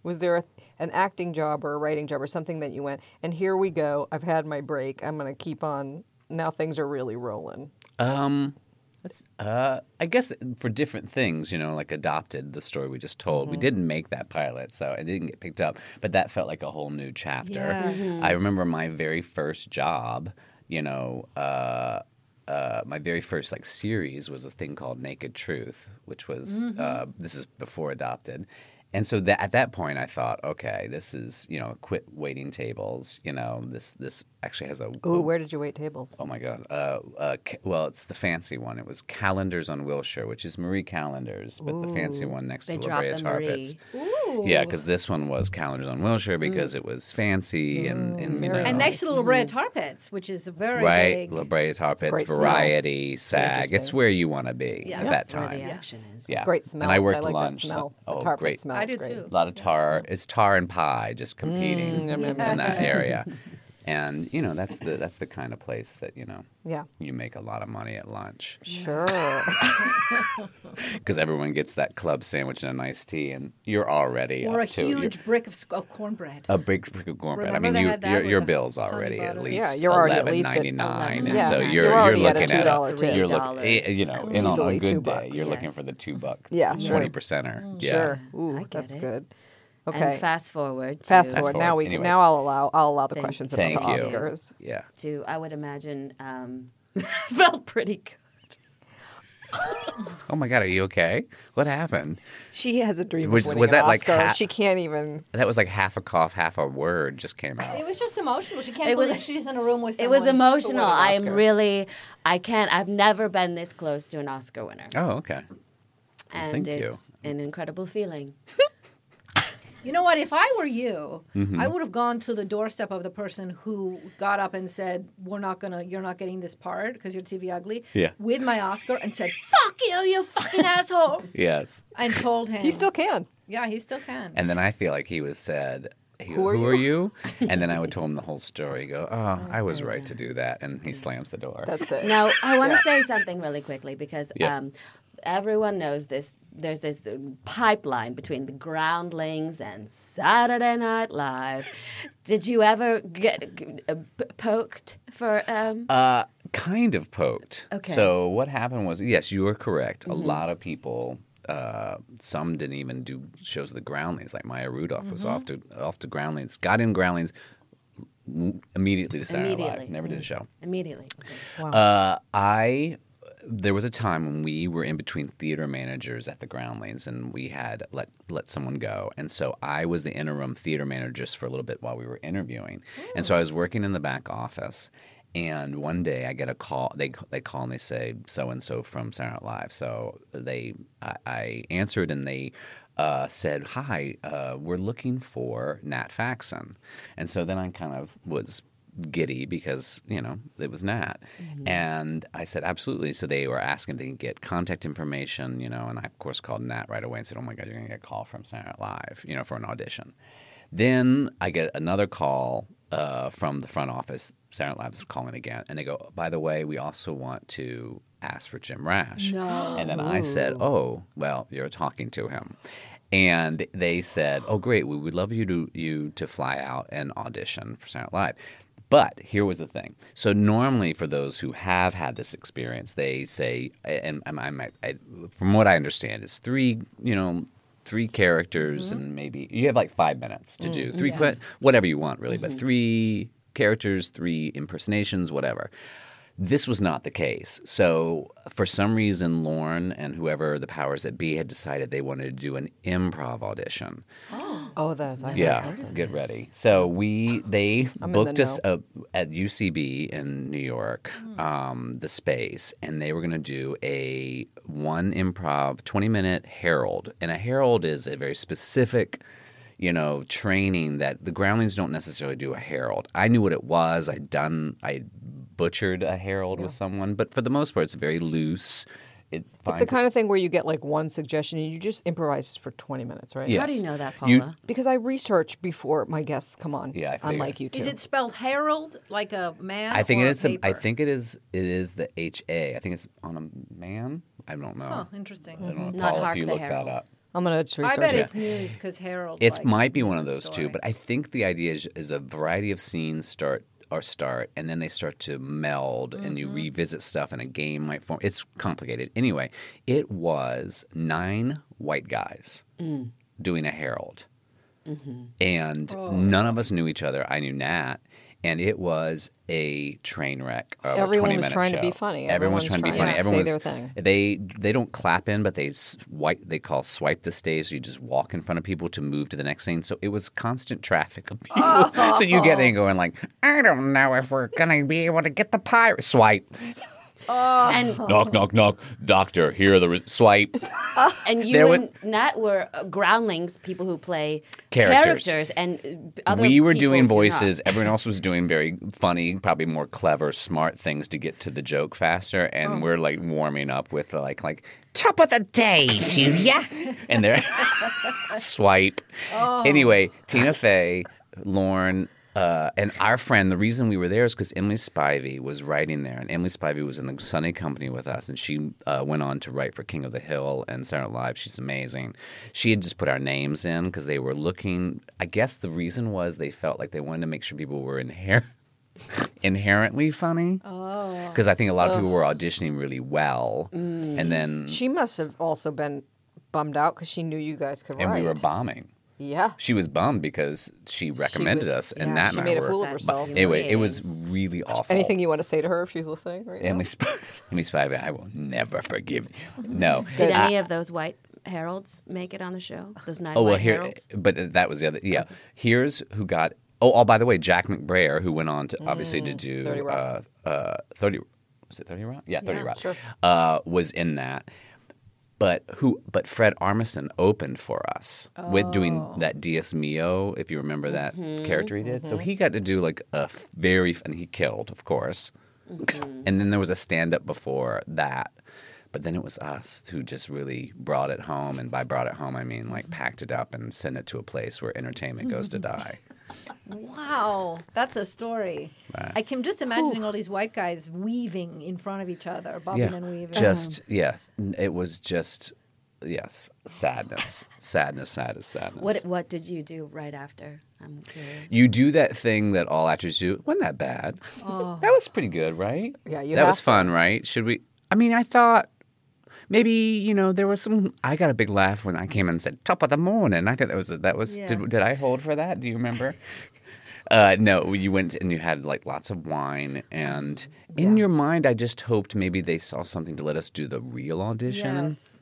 [SPEAKER 5] Was there a, an acting job or a writing job or something that you went, and here we go. I've had my break. I'm going to keep on. Now things are really rolling.
[SPEAKER 4] Um, let's- uh, I guess for different things, you know, like adopted the story we just told. We didn't make that pilot, so it didn't get picked up. But that felt like a whole new chapter.
[SPEAKER 3] Yes.
[SPEAKER 4] I remember my very first job. You know, uh, uh, my very first like series was a thing called Naked Truth, which was uh, this is before adopted. And so that at that point, I thought, okay, this is you know, quit waiting tables. You know, this this actually has a
[SPEAKER 5] Ooh, where did you wait tables?
[SPEAKER 4] Oh my God. Uh, uh, ca- well, it's the fancy one. It was Calendars on Wilshire, which is Marie Calendars, but the fancy one next
[SPEAKER 2] They
[SPEAKER 4] to La
[SPEAKER 2] dropped
[SPEAKER 4] Brea
[SPEAKER 2] the
[SPEAKER 4] Tar
[SPEAKER 2] Marie.
[SPEAKER 4] Pits. Yeah, because this one was Calendars on Wilshire because it was fancy and, and you know,
[SPEAKER 3] And next to the Red Tar Pits, which is a very
[SPEAKER 4] right,
[SPEAKER 3] big.
[SPEAKER 4] La Brea Tar Pits,
[SPEAKER 5] great smell.
[SPEAKER 4] variety, SAG. It's
[SPEAKER 5] interesting.
[SPEAKER 4] where you want to be
[SPEAKER 3] Yeah. Yes.
[SPEAKER 4] at that
[SPEAKER 2] That's where
[SPEAKER 4] time.
[SPEAKER 2] the
[SPEAKER 4] yeah.
[SPEAKER 2] action is.
[SPEAKER 5] Great smell.
[SPEAKER 4] And I worked
[SPEAKER 5] like
[SPEAKER 4] lunch.
[SPEAKER 5] That smell.
[SPEAKER 4] So,
[SPEAKER 5] the
[SPEAKER 4] oh,
[SPEAKER 5] tar pit
[SPEAKER 4] great.
[SPEAKER 5] smell.
[SPEAKER 3] I
[SPEAKER 5] It's
[SPEAKER 3] do
[SPEAKER 5] great.
[SPEAKER 4] A
[SPEAKER 3] too.
[SPEAKER 4] lot of tar. It's tar and pie just competing
[SPEAKER 5] yum, yum,
[SPEAKER 4] in that area. And you know that's the that's the kind of place that you know
[SPEAKER 5] Yeah.
[SPEAKER 4] you make a lot of money at lunch.
[SPEAKER 5] Sure.
[SPEAKER 4] because everyone gets that club sandwich and a nice tea, and you're already
[SPEAKER 3] Or a
[SPEAKER 4] up to you're-
[SPEAKER 3] huge brick of, sc- of cornbread.
[SPEAKER 4] a big brick of cornbread. I
[SPEAKER 3] Remember
[SPEAKER 4] mean,
[SPEAKER 3] they
[SPEAKER 4] you,
[SPEAKER 3] had that
[SPEAKER 4] your
[SPEAKER 3] with
[SPEAKER 4] your
[SPEAKER 3] the
[SPEAKER 4] bill's
[SPEAKER 3] honey
[SPEAKER 4] already at
[SPEAKER 3] butter?
[SPEAKER 4] least
[SPEAKER 5] Yeah, you're already at
[SPEAKER 4] eleven
[SPEAKER 5] least at
[SPEAKER 4] ninety nine, and
[SPEAKER 2] $11.99. Yeah.
[SPEAKER 4] so you're
[SPEAKER 5] You're
[SPEAKER 4] you're
[SPEAKER 5] already at a
[SPEAKER 4] looking at
[SPEAKER 5] $2
[SPEAKER 4] a,
[SPEAKER 5] tip.
[SPEAKER 4] you're look,
[SPEAKER 2] $3.
[SPEAKER 4] eh, you know, and on a
[SPEAKER 5] Easily two
[SPEAKER 4] good day,
[SPEAKER 5] bucks.
[SPEAKER 4] you're
[SPEAKER 5] Yes.
[SPEAKER 4] looking for the two buck,
[SPEAKER 5] Yeah, sure.
[SPEAKER 4] twenty
[SPEAKER 3] Mm.
[SPEAKER 4] percenter, yeah.
[SPEAKER 5] Sure.
[SPEAKER 2] I
[SPEAKER 5] Ooh,
[SPEAKER 2] get
[SPEAKER 5] that's
[SPEAKER 2] it.
[SPEAKER 5] good. Okay.
[SPEAKER 2] And fast forward to,
[SPEAKER 5] Fast forward.
[SPEAKER 4] forward.
[SPEAKER 5] Now we can,
[SPEAKER 4] Anyway.
[SPEAKER 5] now I'll allow I'll allow the
[SPEAKER 2] Thank-
[SPEAKER 5] questions about
[SPEAKER 4] Thank
[SPEAKER 5] the
[SPEAKER 4] you.
[SPEAKER 5] Oscars.
[SPEAKER 4] Yeah.
[SPEAKER 2] to I would imagine um, (laughs) felt pretty good.
[SPEAKER 4] Oh my God, are you okay? What happened?
[SPEAKER 5] She has a dream.
[SPEAKER 4] Was-
[SPEAKER 5] of winning
[SPEAKER 4] was
[SPEAKER 5] an
[SPEAKER 4] that, like,
[SPEAKER 5] Oscar.
[SPEAKER 4] ha-
[SPEAKER 5] she can't even?
[SPEAKER 4] That was like half a cough, half a word just came
[SPEAKER 3] (laughs)
[SPEAKER 4] out.
[SPEAKER 3] It was just emotional. She can't
[SPEAKER 2] It was-
[SPEAKER 3] believe she's in a room with
[SPEAKER 2] It
[SPEAKER 3] someone.
[SPEAKER 2] was emotional.
[SPEAKER 5] an
[SPEAKER 2] I am
[SPEAKER 5] Oscar.
[SPEAKER 2] really, I can't. I've never been this close to an Oscar winner,
[SPEAKER 4] Oh, okay.
[SPEAKER 2] and
[SPEAKER 4] thank you.
[SPEAKER 2] it's an incredible feeling.
[SPEAKER 3] You know what? If I were you,
[SPEAKER 4] Mm-hmm.
[SPEAKER 3] I would have gone to the doorstep of the person who got up and said, "We're not gonna. You're not getting this part because you're TV ugly."
[SPEAKER 4] Yeah.
[SPEAKER 3] With my Oscar and said, "Fuck you, you fucking asshole,"
[SPEAKER 4] Yes.
[SPEAKER 3] and told him.
[SPEAKER 5] He still can.
[SPEAKER 3] Yeah, he still can.
[SPEAKER 4] And then I feel like he was said,
[SPEAKER 5] Who
[SPEAKER 4] he, Who,
[SPEAKER 5] are
[SPEAKER 4] are, you? (laughs) And then I would tell him the whole story. Go, oh, I was right to do that. And he slams the door.
[SPEAKER 5] That's it.
[SPEAKER 2] Now, I want to say something really quickly because
[SPEAKER 4] Yeah.
[SPEAKER 2] um, everyone knows this. There's this uh, pipeline between the Groundlings and Saturday Night Live. Did you ever get g- uh, p- poked for? Um,
[SPEAKER 4] Uh, kind of poked.
[SPEAKER 2] Okay.
[SPEAKER 4] So what happened was, yes, you were correct. A lot of people. Uh, some didn't even do shows of the Groundlings. Like Maya Rudolph was off to off to Groundlings. Got in Groundlings w- immediately Mm. to Saturday Night Live.
[SPEAKER 2] Immediately.
[SPEAKER 4] Never did a show.
[SPEAKER 2] immediately.
[SPEAKER 4] Uh, I there was a time when we were in between theater managers at the Groundlings, and we had let let someone go, and so I was the interim theater manager just for a little bit while we were interviewing, and so I was working in the back office. And one day I get a call. They they call and they say so and so from Saturday Night Live. So they I, I answered and they uh, said, "Hi, uh, we're looking for Nat Faxon." And so then I kind of was giddy because you know it was Nat, and I said absolutely. So they were asking if they could get contact information, you know, and I of course called Nat right away and said, "Oh my God, you're gonna get a call from Saturday Night Live, you know, for an audition." Then I get another call uh, from the front office. Saturday Night Live's calling again, and they go, "By the way, we also want to ask for Jim Rash." And then I said, "Oh, well, you're talking to him." And they said, "Oh, great. We would love you to you to fly out and audition for Saturday Night Live." But here was the thing. So normally, for those who have had this experience, they say, and I, I, I, from what I understand, it's three, you know, three characters, and maybe you have like five minutes to do three, que- whatever you want, really. But three characters, three impersonations, whatever this was not the case. So, for some reason, Lorne and whoever the powers that be had decided they wanted to do an improv audition.
[SPEAKER 5] (gasps) Oh, that's I
[SPEAKER 4] yeah, get ready. So we they
[SPEAKER 5] I'm in the
[SPEAKER 4] booked us up at UCB in New York,
[SPEAKER 5] Hmm.
[SPEAKER 4] um, the space, and they were going to do a one improv twenty minute herald, and a herald is a very specific. You know, training that the groundlings don't necessarily do a herald. I knew what it was. I'd done, I butchered a herald with someone, but for the most part, it's very loose. It
[SPEAKER 5] It's the
[SPEAKER 4] finds-
[SPEAKER 5] kind of thing where you get like one suggestion and you just improvise for 20 minutes, right?
[SPEAKER 4] Yeah.
[SPEAKER 2] How do you
[SPEAKER 4] Yes.
[SPEAKER 2] know that, Paula?
[SPEAKER 4] You-
[SPEAKER 5] Because I research before my guests come on.
[SPEAKER 4] Yeah, I figure.
[SPEAKER 5] unlike you two.
[SPEAKER 3] Is it spelled Herald like a man?
[SPEAKER 4] I think
[SPEAKER 3] or
[SPEAKER 4] it
[SPEAKER 3] a
[SPEAKER 4] is. Some, I
[SPEAKER 3] paper?
[SPEAKER 4] think it is. It is the H A. I think it's on a man. I don't know.
[SPEAKER 3] Oh, interesting.
[SPEAKER 4] I don't know,
[SPEAKER 2] Not
[SPEAKER 4] Paul,
[SPEAKER 2] Hark
[SPEAKER 4] if you
[SPEAKER 2] the
[SPEAKER 4] look
[SPEAKER 2] Herald.
[SPEAKER 4] that up.
[SPEAKER 5] I'm going to just
[SPEAKER 3] I
[SPEAKER 5] Mm-hmm. research
[SPEAKER 3] bet
[SPEAKER 5] it.
[SPEAKER 3] it's news because Herald.
[SPEAKER 4] It
[SPEAKER 3] like,
[SPEAKER 4] might be one of
[SPEAKER 3] news
[SPEAKER 4] those
[SPEAKER 3] story.
[SPEAKER 4] two, but I think the idea is, is a variety of scenes start or start, and then they start to meld, and
[SPEAKER 3] Mm-hmm.
[SPEAKER 4] you revisit stuff, and a game might form. It's complicated. Anyway, it was nine white guys
[SPEAKER 3] Mm.
[SPEAKER 4] doing a herald,
[SPEAKER 3] Mm-hmm.
[SPEAKER 4] and
[SPEAKER 3] Oh.
[SPEAKER 4] none of us knew each other. I knew Nat. And it was a train wreck. Of
[SPEAKER 5] Everyone
[SPEAKER 4] a 20
[SPEAKER 5] was
[SPEAKER 4] minute
[SPEAKER 5] trying to
[SPEAKER 4] show.
[SPEAKER 5] be funny.
[SPEAKER 4] Everyone was
[SPEAKER 5] Everyone's
[SPEAKER 4] trying to be
[SPEAKER 5] trying
[SPEAKER 4] funny.
[SPEAKER 5] to
[SPEAKER 4] Everyone
[SPEAKER 5] say
[SPEAKER 4] was-
[SPEAKER 5] their thing.
[SPEAKER 4] they they don't clap in, but they swipe. They call swipe the stage. You just walk in front of people to move to the next scene. So it was constant traffic of people. (laughs) so you get in going like, I don't know if we're gonna be able to get the pirate swipe.
[SPEAKER 2] and
[SPEAKER 4] Knock knock knock. Doctor, here are the res- swipe.
[SPEAKER 2] and you
[SPEAKER 4] There
[SPEAKER 2] and Nat were uh, groundlings, people who play
[SPEAKER 4] Characters.
[SPEAKER 2] characters and uh, other.
[SPEAKER 4] we were
[SPEAKER 2] people
[SPEAKER 4] doing
[SPEAKER 2] do not.
[SPEAKER 4] voices. Everyone else was doing very funny, probably more clever, smart things to get to the joke faster. And
[SPEAKER 2] Oh.
[SPEAKER 4] we're like warming up with like like top of the day to ya, and they're swipe. Anyway, Tina Fey, Lorne. Uh, and our friend, the reason we were there is because Emily Spivey was writing there, and Emily Spivey was in the Sunday Company with us, and she uh, went on to write for King of the Hill and Saturday Night Live. She's amazing. She had just put our names in because they were looking. I guess the reason was they felt like they wanted to make sure people were inher- (laughs) inherently funny. Oh, because I think a lot of people were auditioning really well, and then
[SPEAKER 5] She must have also been bummed out because she knew you guys could
[SPEAKER 4] and
[SPEAKER 5] write.
[SPEAKER 4] we were bombing.
[SPEAKER 5] yeah.
[SPEAKER 4] She was bummed because she recommended
[SPEAKER 5] was-
[SPEAKER 4] us, and
[SPEAKER 2] yeah,
[SPEAKER 4] that
[SPEAKER 5] she
[SPEAKER 4] and I
[SPEAKER 5] made a
[SPEAKER 4] were-
[SPEAKER 5] fool of
[SPEAKER 4] but
[SPEAKER 5] herself.
[SPEAKER 4] Anyway, it was really awful.
[SPEAKER 5] Anything you want to say to her if she's listening right now?
[SPEAKER 4] Emily, Sp- Emily Spivey, I will never forgive you. No.
[SPEAKER 5] (laughs)
[SPEAKER 2] Did
[SPEAKER 4] I-
[SPEAKER 2] any of those white heralds make it on the show? Those nine
[SPEAKER 4] oh, well,
[SPEAKER 2] white
[SPEAKER 4] here,
[SPEAKER 2] heralds.
[SPEAKER 4] but that was the other. Yeah. Here's who got. Oh, oh, by the way, Jack McBrayer, who went on to obviously to do
[SPEAKER 5] 30 Mm, Rock.
[SPEAKER 4] Uh, uh, 30. Was it 30 Rock? Yeah, 30
[SPEAKER 3] Yeah,
[SPEAKER 4] Rock.
[SPEAKER 5] sure.
[SPEAKER 4] Uh, was in that. But who? But Fred Armisen opened for us with doing that Dias Mio, if you remember that character he did. So he got to do like a f- very, f- and he killed, of course. And then there was a stand up before that. But then it was us who just really brought it home. And by brought it home, I mean like packed it up and sent it to a place where entertainment goes to die.
[SPEAKER 3] Wow, that's a story. I can just imagining all these white guys weaving in front of each other, bobbing
[SPEAKER 4] yeah.
[SPEAKER 3] and weaving.
[SPEAKER 4] Just, yes. It was just, yes, sadness. sadness, sadness, sadness.
[SPEAKER 2] What What did you do right after? I'm curious.
[SPEAKER 4] you do that thing that all actors do. Wasn't that bad? That was pretty good, right?
[SPEAKER 5] Oh. Yeah, you
[SPEAKER 4] That was
[SPEAKER 5] have to.
[SPEAKER 4] fun, right? Should we? I mean, I thought maybe you know there was some. I got a big laugh when I came and said "top of the morning." I think that was that was.
[SPEAKER 3] Yeah.
[SPEAKER 4] Did, did I hold for that? Do you remember? (laughs) Uh, no, you went and you had like lots of wine, and in your mind, I just hoped maybe they saw something to let us do the real
[SPEAKER 5] Mm-hmm.
[SPEAKER 4] audition
[SPEAKER 3] Yes.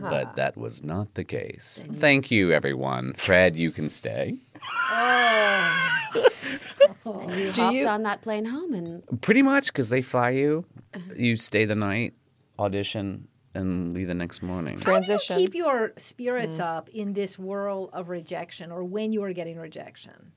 [SPEAKER 4] but that was not the case. Thank you, everyone. Fred, you can stay.
[SPEAKER 2] And you
[SPEAKER 5] Do
[SPEAKER 2] hopped
[SPEAKER 5] you-
[SPEAKER 2] on that plane home and
[SPEAKER 4] Pretty much, because they fly you,
[SPEAKER 3] Uh-huh.
[SPEAKER 4] you stay the night, audition, and leave the next morning.
[SPEAKER 5] Transition. Mm-hmm.
[SPEAKER 3] How do you keep your spirits up in this whirl of rejection or when you are getting rejection?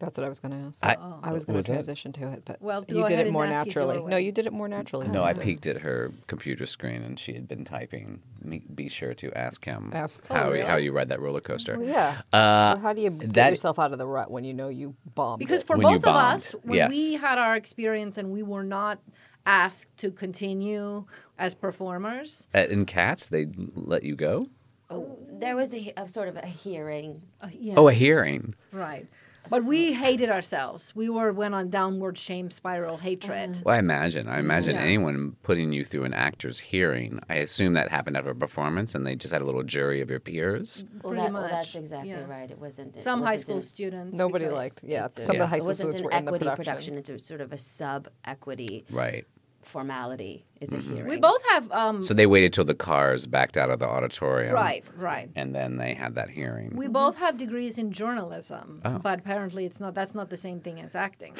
[SPEAKER 5] That's what I was going to ask.
[SPEAKER 4] I-
[SPEAKER 5] I, was going to
[SPEAKER 4] was that-
[SPEAKER 5] transition to it, but
[SPEAKER 3] Oh. Well, go
[SPEAKER 5] you did
[SPEAKER 3] ahead
[SPEAKER 5] it
[SPEAKER 3] and
[SPEAKER 5] more
[SPEAKER 3] ask if you were
[SPEAKER 5] naturally. No,
[SPEAKER 3] awake.
[SPEAKER 5] you did it more naturally.
[SPEAKER 4] No, I
[SPEAKER 3] Uh-huh.
[SPEAKER 4] peeked at her computer screen and she had been typing. Ne- Be sure to ask him
[SPEAKER 5] Ask.
[SPEAKER 4] how,
[SPEAKER 5] Oh,
[SPEAKER 4] he- how you ride that roller
[SPEAKER 3] Oh,
[SPEAKER 4] coaster.
[SPEAKER 5] Well, Oh, yeah.
[SPEAKER 4] Uh,
[SPEAKER 5] But how do you get
[SPEAKER 4] that-
[SPEAKER 5] yourself out of the rut when you know you bombed?
[SPEAKER 3] Because
[SPEAKER 5] it?
[SPEAKER 3] for
[SPEAKER 4] When you
[SPEAKER 3] both of
[SPEAKER 4] bombed,
[SPEAKER 3] us, when
[SPEAKER 4] yes.
[SPEAKER 3] we had our experience and we were not asked to continue as performers,
[SPEAKER 4] Uh, in cats, they let you go?
[SPEAKER 2] oh, there was a, a sort of a hearing.
[SPEAKER 3] uh, yes,
[SPEAKER 4] Oh, a hearing.
[SPEAKER 3] right? But we hated ourselves. We were went on downward shame spiral, hatred.
[SPEAKER 4] Well, I imagine. I imagine
[SPEAKER 3] Yeah.
[SPEAKER 4] anyone putting you through an actor's hearing. I assume that happened after a performance and they just had a little jury of your peers.
[SPEAKER 2] Well,
[SPEAKER 3] Pretty
[SPEAKER 2] that, well, that's
[SPEAKER 3] much,
[SPEAKER 2] exactly
[SPEAKER 3] yeah.
[SPEAKER 2] right. It wasn't it
[SPEAKER 3] Some high
[SPEAKER 2] wasn't
[SPEAKER 3] school
[SPEAKER 2] an-
[SPEAKER 3] students.
[SPEAKER 5] Nobody
[SPEAKER 3] because-
[SPEAKER 5] liked. Yeah,
[SPEAKER 2] it's a-
[SPEAKER 5] some of the high
[SPEAKER 2] it
[SPEAKER 5] school
[SPEAKER 2] wasn't
[SPEAKER 5] students
[SPEAKER 2] an
[SPEAKER 5] were in the
[SPEAKER 2] equity
[SPEAKER 5] production.
[SPEAKER 2] production. It's a sort of a sub equity
[SPEAKER 4] Right.
[SPEAKER 2] formality. It's a hearing.
[SPEAKER 3] We both have. Um,
[SPEAKER 4] So they waited till the cars backed out of the auditorium.
[SPEAKER 3] right, right.
[SPEAKER 4] And then they had that hearing.
[SPEAKER 2] Mm-hmm.
[SPEAKER 3] We both have degrees in journalism,
[SPEAKER 4] Oh.
[SPEAKER 3] but apparently it's not. That's not the same thing as acting.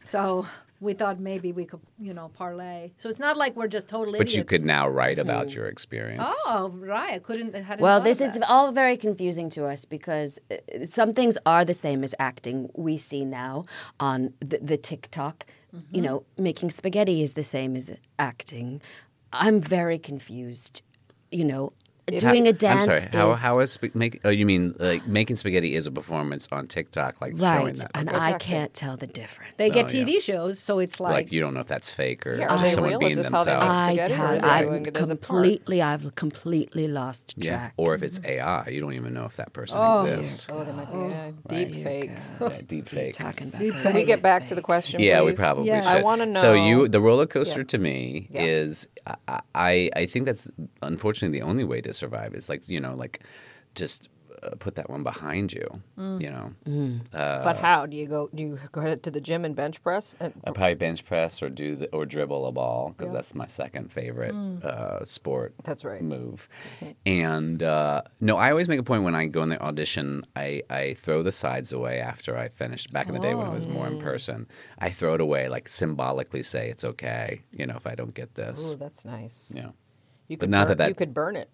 [SPEAKER 3] so we thought maybe we could, you know, parlay. So it's not like we're just totally.
[SPEAKER 4] but you could now write
[SPEAKER 2] Mm.
[SPEAKER 4] about your experience.
[SPEAKER 3] Oh right, I couldn't. I hadn't
[SPEAKER 2] Well,
[SPEAKER 3] thought
[SPEAKER 2] this
[SPEAKER 3] of
[SPEAKER 2] is
[SPEAKER 3] that.
[SPEAKER 2] all very confusing to us because uh, some things are the same as acting. We see now on the, the TikTok, you know, making spaghetti is the same as acting. I'm very confused, you know. Doing a dance
[SPEAKER 4] I'm sorry. How,
[SPEAKER 2] is
[SPEAKER 4] how is sp- make? Oh, you mean like making spaghetti is a performance on TikTok, like showing
[SPEAKER 2] right,
[SPEAKER 4] that,
[SPEAKER 2] and
[SPEAKER 4] okay.
[SPEAKER 2] I can't tell the difference.
[SPEAKER 3] They get
[SPEAKER 4] Oh, yeah.
[SPEAKER 3] TV shows, so it's
[SPEAKER 4] like,
[SPEAKER 3] like,
[SPEAKER 4] you don't know if that's fake or
[SPEAKER 5] Yeah,
[SPEAKER 4] just
[SPEAKER 5] are they
[SPEAKER 4] someone
[SPEAKER 5] real?
[SPEAKER 4] being
[SPEAKER 5] Is this how they
[SPEAKER 4] themselves.
[SPEAKER 5] make
[SPEAKER 2] I
[SPEAKER 5] spaghetti or
[SPEAKER 2] have,
[SPEAKER 5] they're doing
[SPEAKER 2] I've
[SPEAKER 5] it as a part?
[SPEAKER 2] completely, I've completely lost
[SPEAKER 4] yeah,
[SPEAKER 2] track.
[SPEAKER 4] or if it's AI, you don't even know if that person
[SPEAKER 3] Oh.
[SPEAKER 4] exists.
[SPEAKER 5] Oh, they might be yeah, deep fake.
[SPEAKER 4] Yeah, deep fake.
[SPEAKER 2] talking about
[SPEAKER 3] Deep
[SPEAKER 2] that.
[SPEAKER 5] Can we get back to the question?
[SPEAKER 4] Yeah, we
[SPEAKER 5] please?
[SPEAKER 4] probably
[SPEAKER 3] Yeah.
[SPEAKER 4] should.
[SPEAKER 5] I wanna know-
[SPEAKER 4] So you, the roller coaster
[SPEAKER 5] Yeah.
[SPEAKER 4] to me
[SPEAKER 5] Yeah.
[SPEAKER 4] is, I- I, I, I think that's unfortunately the only way to survive is like you know, like just uh, put that one behind you.
[SPEAKER 5] Mm.
[SPEAKER 4] You know,
[SPEAKER 3] Uh,
[SPEAKER 5] But how do you go? Do you go to the gym and bench press? And,
[SPEAKER 4] I probably bench press or do the, or dribble a ball because that's my second favorite
[SPEAKER 5] Mm.
[SPEAKER 4] uh, sport.
[SPEAKER 5] That's right.
[SPEAKER 4] Move, and uh, no, I always make a point when I go in the audition. I, I throw the sides away after I finish. Back in the day when it was more
[SPEAKER 5] Oh.
[SPEAKER 4] in person, I throw it away like symbolically say it's okay. You know, if I don't get this,
[SPEAKER 5] Ooh, that's nice.
[SPEAKER 4] yeah,
[SPEAKER 5] You
[SPEAKER 4] But
[SPEAKER 5] could
[SPEAKER 4] not
[SPEAKER 5] burn,
[SPEAKER 4] that that-
[SPEAKER 5] you could burn it.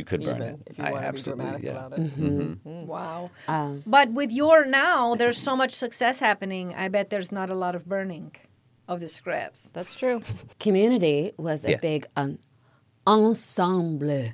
[SPEAKER 4] you could burn
[SPEAKER 5] even
[SPEAKER 4] it.
[SPEAKER 5] if you
[SPEAKER 4] I
[SPEAKER 5] want to be
[SPEAKER 4] absolutely
[SPEAKER 5] dramatic
[SPEAKER 4] yeah. Mm-hmm.
[SPEAKER 5] about
[SPEAKER 3] Mm-hmm.
[SPEAKER 5] it.
[SPEAKER 3] Mm. wow.
[SPEAKER 2] Um,
[SPEAKER 3] but with your now, there's so much success happening. I bet there's not a lot of burning of the scripts.
[SPEAKER 5] That's true.
[SPEAKER 2] Community was a
[SPEAKER 4] Yeah.
[SPEAKER 2] big um, ensemble.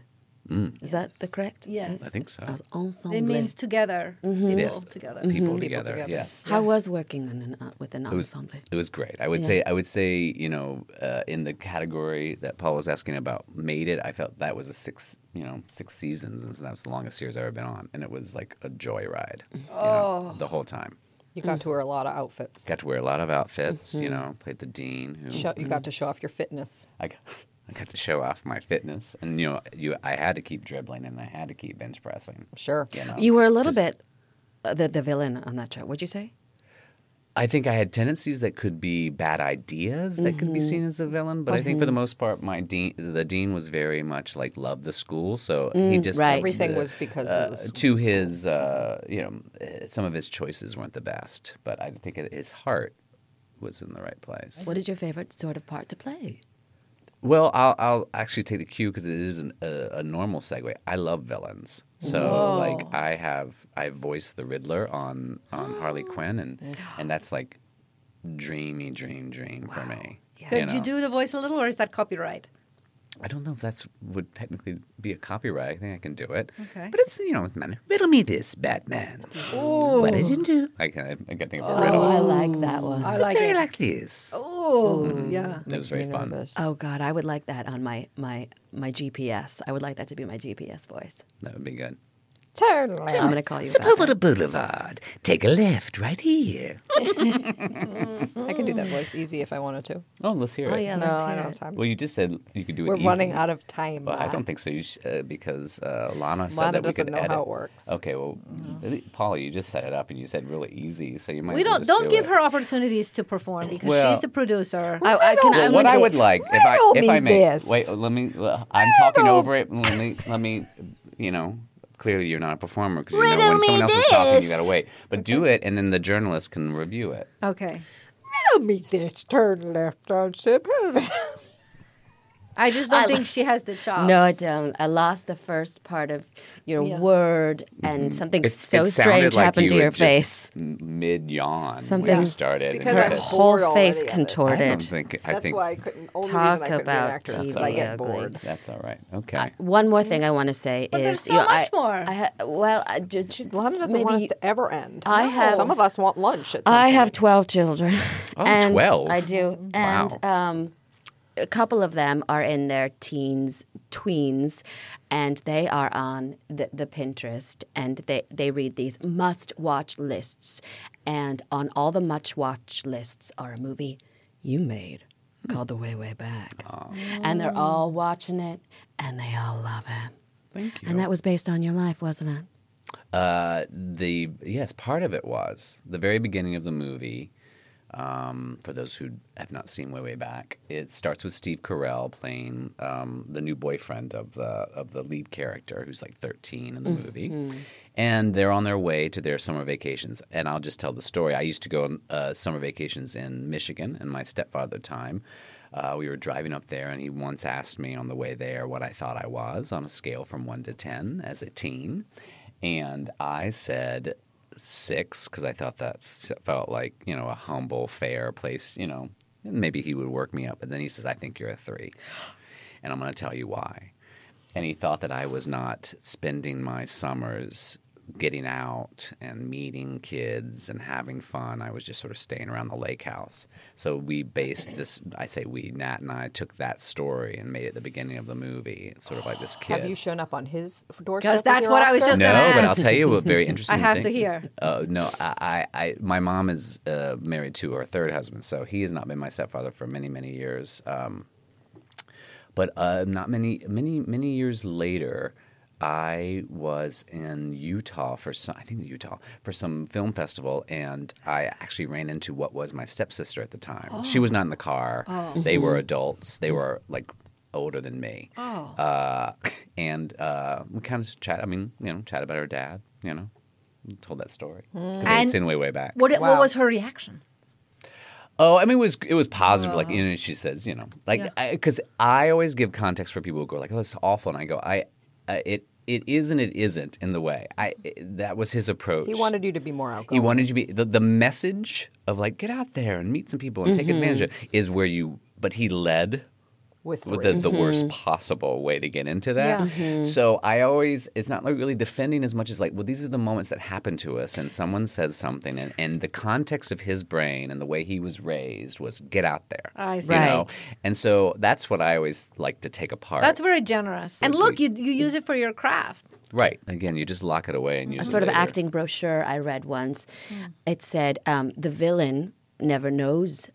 [SPEAKER 4] Mm.
[SPEAKER 2] Is that the correct?
[SPEAKER 3] Yes.
[SPEAKER 4] I think so.
[SPEAKER 2] As ensemble.
[SPEAKER 3] It means together,
[SPEAKER 2] Mm-hmm.
[SPEAKER 3] people
[SPEAKER 4] Yes.
[SPEAKER 3] together.
[SPEAKER 5] (laughs)
[SPEAKER 4] People together,
[SPEAKER 5] together.
[SPEAKER 4] yes.
[SPEAKER 2] How was working on an, uh, with an
[SPEAKER 4] was-
[SPEAKER 2] ensemble?
[SPEAKER 4] It was great. I would
[SPEAKER 2] Yeah.
[SPEAKER 4] say I would say you know uh, in the category that Paul was asking about, made it. I felt that was a six you know six seasons, and so that was the longest series I've ever been on, and it was like a joyride. you know,
[SPEAKER 2] Oh.
[SPEAKER 4] the whole time.
[SPEAKER 5] You got to wear a lot of outfits.
[SPEAKER 4] Got to wear a lot of outfits.
[SPEAKER 2] Mm-hmm.
[SPEAKER 4] You know, played the dean. Who
[SPEAKER 5] Show, you got to show off your fitness.
[SPEAKER 4] I got, (laughs) I got to show off my fitness, and you know you I had to keep dribbling, and I had to keep bench pressing.
[SPEAKER 5] Sure.
[SPEAKER 4] You know,
[SPEAKER 2] you were a little bit uh, the, the villain on that show. Would you say?
[SPEAKER 4] I think I had tendencies that could be bad ideas that could be seen as a villain, but I think for the most part, my dean, the dean, was very much like loved the school, so he just
[SPEAKER 2] right.
[SPEAKER 4] liked
[SPEAKER 5] Everything
[SPEAKER 4] the-
[SPEAKER 5] was because
[SPEAKER 4] uh,
[SPEAKER 5] of this.
[SPEAKER 4] to his, uh, you know, uh, some of his choices weren't the best, but I think it- his heart was in the right place.
[SPEAKER 2] What is your favorite sort of part to play?
[SPEAKER 4] Well, I'll, I'll actually take the cue because it is an, a, a normal segue. I love villains, so like I have I voiced the Riddler on
[SPEAKER 3] (gasps)
[SPEAKER 4] on Harley Quinn, and and that's like dreamy dream dream for me.
[SPEAKER 3] Could
[SPEAKER 4] know?
[SPEAKER 3] you do the voice a little, or is that copyright?
[SPEAKER 4] I don't know if that's would technically be a copyright. I think I can do it.
[SPEAKER 3] Okay.
[SPEAKER 4] But it's you know, it's man, riddle me this, Batman. What did you do? I can I can think of a riddle.
[SPEAKER 2] Oh, I like that one.
[SPEAKER 3] I like
[SPEAKER 4] very
[SPEAKER 3] it.
[SPEAKER 4] like this.
[SPEAKER 3] oh, yeah.
[SPEAKER 4] It was very fun.
[SPEAKER 2] Oh God, I would like that on my my my GPS. I would like that to be my GPS voice.
[SPEAKER 4] That would be good.
[SPEAKER 2] I'm going to call you. about that.
[SPEAKER 4] Sepulveda Boulevard. Take a left right here.
[SPEAKER 5] I could do that voice easy if I wanted to.
[SPEAKER 4] Oh, let's hear
[SPEAKER 2] Oh
[SPEAKER 4] it.
[SPEAKER 2] yeah,
[SPEAKER 5] No,
[SPEAKER 2] let's
[SPEAKER 5] I
[SPEAKER 2] hear
[SPEAKER 5] don't
[SPEAKER 2] it.
[SPEAKER 5] have time.
[SPEAKER 4] Well, you just said you could do it.
[SPEAKER 5] We're
[SPEAKER 4] easy.
[SPEAKER 5] running out of time.
[SPEAKER 4] Well, I
[SPEAKER 5] Matt.
[SPEAKER 4] don't think so. You sh- uh, because uh, Lana said
[SPEAKER 5] Lana
[SPEAKER 4] that we
[SPEAKER 5] doesn't
[SPEAKER 4] could
[SPEAKER 5] know
[SPEAKER 4] edit. Oh.
[SPEAKER 5] how it works. Mm-hmm.
[SPEAKER 4] Okay, well, Paula, you just set it up and you said really easy, so you might.
[SPEAKER 3] We
[SPEAKER 4] as well
[SPEAKER 3] don't
[SPEAKER 4] just
[SPEAKER 3] don't
[SPEAKER 4] do
[SPEAKER 3] give
[SPEAKER 4] it.
[SPEAKER 3] her opportunities to perform because
[SPEAKER 4] Well-
[SPEAKER 3] she's the producer.
[SPEAKER 2] I, I can.
[SPEAKER 4] Well,
[SPEAKER 2] I
[SPEAKER 4] what I
[SPEAKER 2] would-
[SPEAKER 4] would like, if I
[SPEAKER 5] riddle
[SPEAKER 4] if I
[SPEAKER 5] me
[SPEAKER 4] may, uh,
[SPEAKER 5] this.
[SPEAKER 4] wait, let me. I'm talking over it. Let me, let me, you know, clearly you're not a performer because you know when someone else is talking, you gotta wait. But do it, and then the journalist can review it.
[SPEAKER 3] Uh, Okay.
[SPEAKER 6] Riddle me this, turn left on
[SPEAKER 5] (laughs)
[SPEAKER 6] September.
[SPEAKER 3] I just don't think she has the job.
[SPEAKER 2] No, I don't. I lost the first part of your
[SPEAKER 3] Yeah.
[SPEAKER 2] word, and something
[SPEAKER 4] Mm-hmm. It-
[SPEAKER 2] so
[SPEAKER 4] it sounded
[SPEAKER 2] strange
[SPEAKER 4] like
[SPEAKER 2] happened
[SPEAKER 4] you
[SPEAKER 2] to your
[SPEAKER 4] had just
[SPEAKER 2] face.
[SPEAKER 4] mid yawn
[SPEAKER 2] Something-
[SPEAKER 4] when you started.
[SPEAKER 5] Because
[SPEAKER 4] and you
[SPEAKER 5] I
[SPEAKER 2] Her
[SPEAKER 4] said,
[SPEAKER 5] bored
[SPEAKER 2] whole
[SPEAKER 5] already of it.
[SPEAKER 2] face
[SPEAKER 4] I don't
[SPEAKER 2] contorted.
[SPEAKER 4] think I
[SPEAKER 5] That's
[SPEAKER 4] think
[SPEAKER 5] why I couldn't. Only
[SPEAKER 2] Talk
[SPEAKER 5] reason I couldn't be
[SPEAKER 2] about
[SPEAKER 5] an actress is 'cause I
[SPEAKER 4] TV
[SPEAKER 5] get
[SPEAKER 2] ugly.
[SPEAKER 5] bored.
[SPEAKER 4] that's all right. Okay.
[SPEAKER 2] One more thing I want to say
[SPEAKER 3] But
[SPEAKER 2] is
[SPEAKER 3] there's so
[SPEAKER 2] you know, I-
[SPEAKER 3] much more.
[SPEAKER 2] I ha- well, I just she's
[SPEAKER 5] Lana doesn't
[SPEAKER 2] maybe
[SPEAKER 5] want us to ever end.
[SPEAKER 2] I have-
[SPEAKER 5] Some of us want lunch. At some
[SPEAKER 2] I
[SPEAKER 5] point.
[SPEAKER 2] have 12 children. (laughs)
[SPEAKER 4] Oh,
[SPEAKER 2] and
[SPEAKER 4] 12?
[SPEAKER 2] I do. And um, a couple of them are in their teens, tweens, and they are on the, the Pinterest and they, they read these must watch lists. And on all the must watch lists are a movie you made called The Way, Way Back. And they're all watching it and they all love it.
[SPEAKER 4] Thank you.
[SPEAKER 2] And that was based on your life, wasn't it?
[SPEAKER 4] Uh, the yes, part of it was the very beginning of the movie. Um, for those who have not seen Way Way Back, it starts with Steve Carell playing um, the new boyfriend of the of the lead character, who's like 13 in the movie, and they're on their way to their summer vacations. And I'll just tell the story. I used to go on uh, summer vacations in Michigan, and my stepfather time. Uh, we were driving up there, and he once asked me on the way there what I thought I was on a scale from one to ten as a teen, and I said six because I thought that f- felt like you know a humble, fair place. You know, maybe he would work me up. And then he says, "I think you're a three. and I'm going to tell you why." And he thought that I was not spending my summers getting out and meeting kids and having fun. I was just sort of staying around the lake house. So we based this. I say we, Nat and I, took that story and made it the beginning of the movie. It's sort of like this kid.
[SPEAKER 5] Have you shown up on his doorstep?
[SPEAKER 3] Because
[SPEAKER 5] with
[SPEAKER 3] that's
[SPEAKER 5] your
[SPEAKER 3] what I was
[SPEAKER 5] Oscar?
[SPEAKER 3] just
[SPEAKER 4] No,
[SPEAKER 3] gonna
[SPEAKER 4] but I'll
[SPEAKER 3] ask.
[SPEAKER 4] tell you
[SPEAKER 3] (laughs)
[SPEAKER 4] a very interesting.
[SPEAKER 3] have to
[SPEAKER 4] thing.
[SPEAKER 3] hear.
[SPEAKER 4] Uh, no, I, I, I, my mom is uh, married to her third husband, so he has not been my stepfather for many, many years. Um, but uh, not many, many, many years later, I was in Utah for some, I think Utah for some film festival, and I actually ran into what was my stepsister at the time. She
[SPEAKER 3] Oh.
[SPEAKER 4] was not in the car. They
[SPEAKER 3] Mm-hmm.
[SPEAKER 4] were adults. They were like older than me. Oh. Uh, and uh, we kind of chat. I mean, you know, chat about her dad. You know, told that story.
[SPEAKER 5] Mm.
[SPEAKER 4] 'Cause
[SPEAKER 3] And-
[SPEAKER 4] I'd seen way way back.
[SPEAKER 3] What, what
[SPEAKER 5] Wow.
[SPEAKER 3] was her reaction?
[SPEAKER 4] Oh, I mean, it was it was positive.
[SPEAKER 5] Oh.
[SPEAKER 4] Like, you know, she says, you know, like
[SPEAKER 3] Yeah.
[SPEAKER 4] because I, always give context for people who go like, "Oh, it's awful," and I go, "I, uh, it, it is and it isn't in the way." I that was his approach.
[SPEAKER 5] He wanted you to be more outgoing.
[SPEAKER 4] He wanted you to be the, the message of like get out there and meet some people and
[SPEAKER 5] Mm-hmm.
[SPEAKER 4] take advantage of is where you. But he led
[SPEAKER 5] with
[SPEAKER 4] with
[SPEAKER 5] three. Mm-hmm.
[SPEAKER 4] the, the worst possible way to get into that.
[SPEAKER 3] Yeah.
[SPEAKER 4] So I always, it's not like really defending as much as like, well, these are the moments that happen to us, and someone says something, and, and the context of his brain and the way he was raised was get out there.
[SPEAKER 3] I
[SPEAKER 4] you
[SPEAKER 3] see.
[SPEAKER 4] know?
[SPEAKER 2] Right.
[SPEAKER 4] And so that's what I always like to take apart.
[SPEAKER 3] That's very generous. And look, you you use it for your craft.
[SPEAKER 4] right. Again, you just lock it away and you
[SPEAKER 2] a sort of acting brochure I read once. It said um, the villain never knows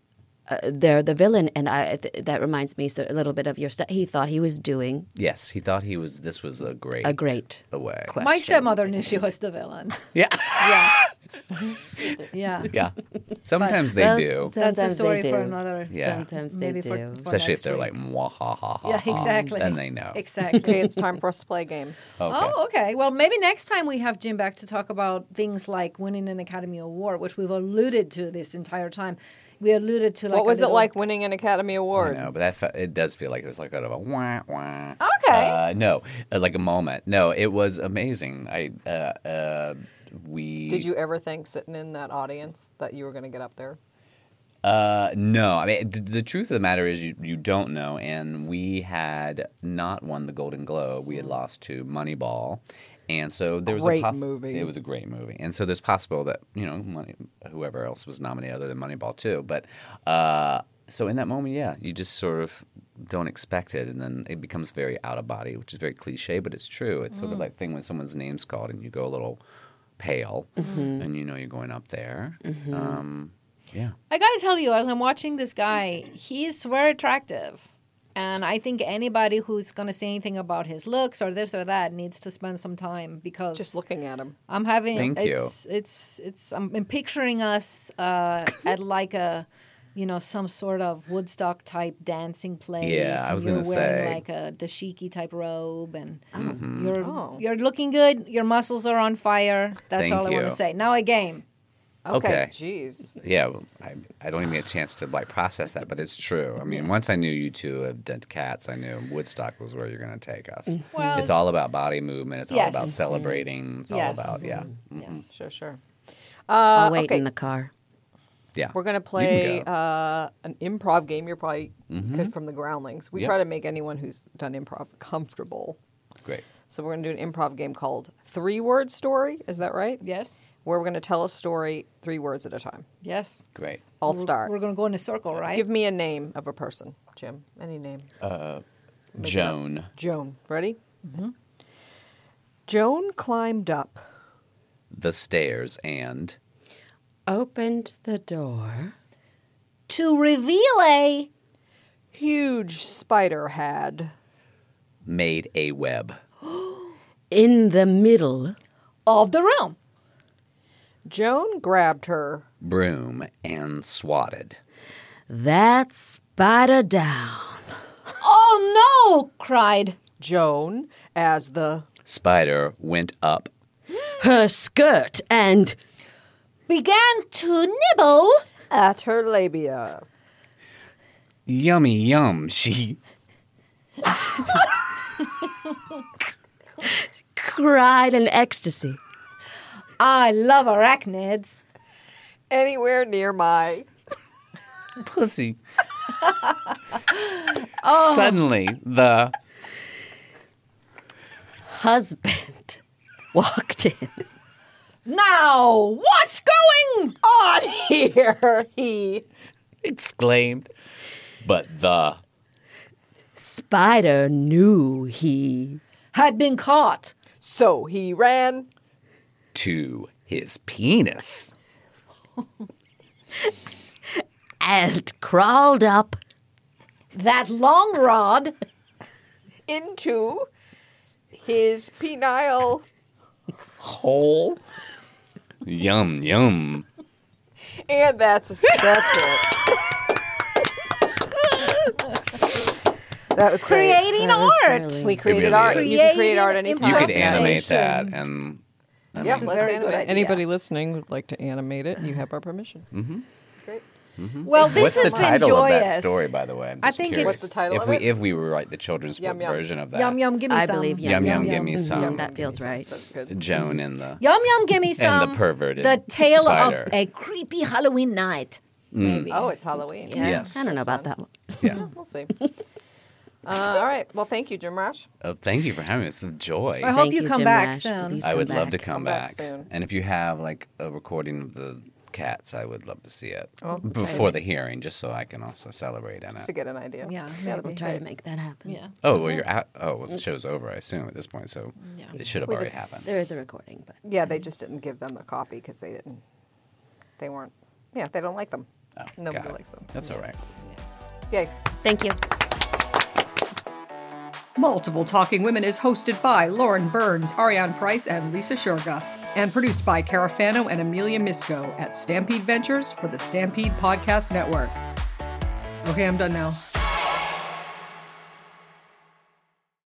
[SPEAKER 2] uh, they're the villain, and I th- that reminds me so a little bit of your stuff. He thought he was doing
[SPEAKER 4] Yes, he thought he was. This was a great,
[SPEAKER 2] a great
[SPEAKER 4] away.
[SPEAKER 2] question.
[SPEAKER 3] My stepmother knew she was the villain.
[SPEAKER 4] Yeah, (laughs)
[SPEAKER 3] Yeah. yeah.
[SPEAKER 4] yeah. Sometimes they
[SPEAKER 2] Well,
[SPEAKER 4] do,
[SPEAKER 3] That's
[SPEAKER 2] sometimes
[SPEAKER 3] a
[SPEAKER 2] they
[SPEAKER 3] story for
[SPEAKER 2] do.
[SPEAKER 3] another.
[SPEAKER 4] Yeah.
[SPEAKER 2] Sometimes they
[SPEAKER 3] Maybe
[SPEAKER 2] do.
[SPEAKER 3] for- for-
[SPEAKER 4] especially if
[SPEAKER 3] next
[SPEAKER 4] they're
[SPEAKER 3] week.
[SPEAKER 4] like, mwah, ha, ha, ha,
[SPEAKER 3] Yeah,
[SPEAKER 4] ha,"
[SPEAKER 3] exactly.
[SPEAKER 4] Then they know.
[SPEAKER 5] okay,
[SPEAKER 4] (laughs)
[SPEAKER 3] Exactly.
[SPEAKER 5] it's time (laughs) for us to play a game.
[SPEAKER 4] Okay.
[SPEAKER 3] Oh, okay. Well, maybe next time we have Jim back to talk about things like winning an Academy Award, which we've alluded to this entire time. We alluded to like
[SPEAKER 5] what
[SPEAKER 3] a
[SPEAKER 5] was it
[SPEAKER 3] little-
[SPEAKER 5] like winning an Academy
[SPEAKER 4] I
[SPEAKER 5] Award?
[SPEAKER 4] know, but that fe- it does feel like it was like kind of a wah wah.
[SPEAKER 3] Okay.
[SPEAKER 4] Uh, no, uh, like a moment. No, it was amazing. I uh, uh, we
[SPEAKER 5] Did you ever think sitting in that audience that you were going to get up there?
[SPEAKER 4] Uh, no, I mean th- the truth of the matter is you you don't know, and we had not won the Golden Globe. We had lost to Moneyball, and so there was
[SPEAKER 5] Mm. Great
[SPEAKER 4] a poss-
[SPEAKER 5] movie.
[SPEAKER 4] It was a great movie, and so there's possible that you know money, whoever else was nominated other than Moneyball too. But uh, so in that moment, yeah, you just sort of don't expect it, and then it becomes very out of body, which is very cliche, but it's true. It's
[SPEAKER 5] Mm.
[SPEAKER 4] sort of like thing when someone's name's called and you go a little pale,
[SPEAKER 5] Mm-hmm.
[SPEAKER 4] and you know you're going up there. Um, yeah.
[SPEAKER 3] I got to tell you, as I'm watching this guy, he's very attractive. And I think anybody who's going to say anything about his looks or this or that needs to spend some time because
[SPEAKER 5] Just looking at him.
[SPEAKER 3] I'm having
[SPEAKER 4] Thank you.
[SPEAKER 3] it's, it's it's I'm, I'm picturing us uh, at like a you know, some sort of Woodstock type dancing place.
[SPEAKER 4] Yeah, I
[SPEAKER 3] and
[SPEAKER 4] was
[SPEAKER 3] you're
[SPEAKER 4] gonna
[SPEAKER 3] wearing
[SPEAKER 4] say. Mm-hmm.
[SPEAKER 3] like a dashiki type robe, and you're
[SPEAKER 5] Oh.
[SPEAKER 3] you're looking good. Your muscles are on fire. That's
[SPEAKER 4] Thank
[SPEAKER 3] all I want to
[SPEAKER 4] you.
[SPEAKER 3] say. Now a game.
[SPEAKER 4] Okay.
[SPEAKER 5] Jeez.
[SPEAKER 4] Yeah, well, I, I don't even get a chance to like process that, but it's true. I mean, once I knew you two had done cats, I knew Woodstock was where you're going to take us.
[SPEAKER 3] Well-
[SPEAKER 4] it's all about body movement. It's all
[SPEAKER 3] Yes.
[SPEAKER 5] Mm-hmm.
[SPEAKER 4] about celebrating. It's
[SPEAKER 3] Yes.
[SPEAKER 4] all about yeah,
[SPEAKER 3] Yes.
[SPEAKER 5] Sure, sure.
[SPEAKER 2] I'll wait
[SPEAKER 5] okay.
[SPEAKER 2] in the car.
[SPEAKER 4] yeah.
[SPEAKER 5] We're gonna play uh, an improv game. You're probably good from the groundlings. We
[SPEAKER 4] Yep.
[SPEAKER 5] try to make anyone who's done improv comfortable.
[SPEAKER 4] Great.
[SPEAKER 5] So we're gonna do an improv game called Three Word Story. Is that right?
[SPEAKER 3] Yes.
[SPEAKER 5] Where we're gonna tell a story three words at a time.
[SPEAKER 3] Yes.
[SPEAKER 4] Great.
[SPEAKER 5] I'll
[SPEAKER 3] We're-
[SPEAKER 5] start.
[SPEAKER 3] We're gonna go in a circle, right?
[SPEAKER 5] Give me a name of a person, Jim. Any name.
[SPEAKER 4] Joan.
[SPEAKER 5] Joan. Mm-hmm. Ready? Joan climbed up.
[SPEAKER 4] The stairs and
[SPEAKER 2] Opened the door.
[SPEAKER 3] to reveal a
[SPEAKER 5] Huge spider had.
[SPEAKER 4] made a web.
[SPEAKER 2] In the middle.
[SPEAKER 3] of the room.
[SPEAKER 5] Joan grabbed her.
[SPEAKER 4] Broom and swatted.
[SPEAKER 2] That spider down.
[SPEAKER 3] Oh no! cried
[SPEAKER 5] Joan as the
[SPEAKER 4] Spider went up.
[SPEAKER 2] Her skirt and
[SPEAKER 3] began to nibble
[SPEAKER 5] at her labia.
[SPEAKER 4] Yummy yum. She (laughs)
[SPEAKER 2] cried in ecstasy.
[SPEAKER 3] I love arachnids.
[SPEAKER 5] Anywhere near my (laughs)
[SPEAKER 4] pussy.
[SPEAKER 5] Oh.
[SPEAKER 4] Suddenly the
[SPEAKER 2] Husband (laughs) walked in.
[SPEAKER 3] Now, what's going
[SPEAKER 5] on here (laughs) he
[SPEAKER 4] (laughs) exclaimed, but the
[SPEAKER 2] Spider knew he
[SPEAKER 3] had been caught.
[SPEAKER 5] so he ran
[SPEAKER 4] to his penis.
[SPEAKER 2] and crawled up
[SPEAKER 3] That long rod
[SPEAKER 5] into his penile
[SPEAKER 4] Hole. Yum yum.
[SPEAKER 5] and that's that's it. (laughs) That was great.
[SPEAKER 3] creating art.
[SPEAKER 5] We created
[SPEAKER 4] really
[SPEAKER 5] art.
[SPEAKER 4] is.
[SPEAKER 5] You can create
[SPEAKER 3] Creating
[SPEAKER 5] art
[SPEAKER 3] an
[SPEAKER 5] anytime.
[SPEAKER 4] You could
[SPEAKER 3] Perfect.
[SPEAKER 4] animate that and
[SPEAKER 5] Yeah, let's
[SPEAKER 3] Very good
[SPEAKER 5] animate.
[SPEAKER 3] idea.
[SPEAKER 5] Anybody listening would like to animate it, you have our permission.
[SPEAKER 4] Mm-hmm.
[SPEAKER 5] Great.
[SPEAKER 3] Well, this
[SPEAKER 4] What's the
[SPEAKER 3] has been
[SPEAKER 4] title of
[SPEAKER 3] joyous.
[SPEAKER 4] that story, by the way? I'm
[SPEAKER 3] I
[SPEAKER 4] just
[SPEAKER 3] think
[SPEAKER 4] curious.
[SPEAKER 5] What's the title
[SPEAKER 4] If
[SPEAKER 5] of
[SPEAKER 4] we
[SPEAKER 5] it?
[SPEAKER 4] if we were write the children's
[SPEAKER 5] Yum,
[SPEAKER 4] book
[SPEAKER 5] yum.
[SPEAKER 4] version of that,
[SPEAKER 3] Yum yum, give me
[SPEAKER 2] I
[SPEAKER 3] some.
[SPEAKER 2] believe
[SPEAKER 4] yum yum,
[SPEAKER 2] Yum,
[SPEAKER 4] give me some.
[SPEAKER 2] that feels right.
[SPEAKER 5] That's good.
[SPEAKER 4] Joan and the
[SPEAKER 3] Yum yum, give me some.
[SPEAKER 4] the perverted
[SPEAKER 3] The tale
[SPEAKER 4] spider. Mm.
[SPEAKER 3] of a creepy Halloween night. Maybe.
[SPEAKER 5] Oh, it's Halloween.
[SPEAKER 2] Yeah,
[SPEAKER 4] Yes.
[SPEAKER 2] I don't know about that one.
[SPEAKER 4] yeah.
[SPEAKER 5] We'll see. Uh, all right. Well, thank you, Jim Rash.
[SPEAKER 4] Oh, thank you for having me. It's a joy.
[SPEAKER 3] I hope
[SPEAKER 2] Thank
[SPEAKER 3] you
[SPEAKER 2] you,
[SPEAKER 3] come
[SPEAKER 2] Jim
[SPEAKER 3] back
[SPEAKER 2] Rash.
[SPEAKER 3] soon.
[SPEAKER 2] Please
[SPEAKER 4] I would
[SPEAKER 2] come
[SPEAKER 4] love to
[SPEAKER 2] back.
[SPEAKER 4] come
[SPEAKER 5] Come back
[SPEAKER 4] back.
[SPEAKER 5] soon.
[SPEAKER 4] And if you have like a recording of the cats, I would love to see it
[SPEAKER 5] Oh,
[SPEAKER 4] before the hearing, just so I can also celebrate in
[SPEAKER 5] Just to
[SPEAKER 4] it.
[SPEAKER 5] get an idea.
[SPEAKER 3] Yeah,
[SPEAKER 5] that'd
[SPEAKER 3] maybe.
[SPEAKER 5] be
[SPEAKER 2] Try to
[SPEAKER 5] great.
[SPEAKER 2] make that happen.
[SPEAKER 3] Yeah.
[SPEAKER 4] Oh
[SPEAKER 5] Uh-huh.
[SPEAKER 4] well, you're out. Oh, well, the show's over, I assume at this point, so
[SPEAKER 3] Yeah.
[SPEAKER 4] it should have
[SPEAKER 5] Mm. We
[SPEAKER 4] already
[SPEAKER 5] just-
[SPEAKER 4] happened.
[SPEAKER 2] There is a recording, but
[SPEAKER 5] Yeah, they just didn't give them a copy because they didn't. They weren't. Yeah, they don't like them.
[SPEAKER 4] Oh,
[SPEAKER 5] (laughs) Nobody
[SPEAKER 4] got it.
[SPEAKER 5] likes them.
[SPEAKER 4] That's all right.
[SPEAKER 5] Yay.
[SPEAKER 2] thank you.
[SPEAKER 1] Multiple Talking Women is hosted by Lauren Burns, Ariane Price, and Lisa Shurga, and produced by Cara Fano and Amelia Misco at Stampede Ventures for the Stampede Podcast Network. Okay, I'm done now.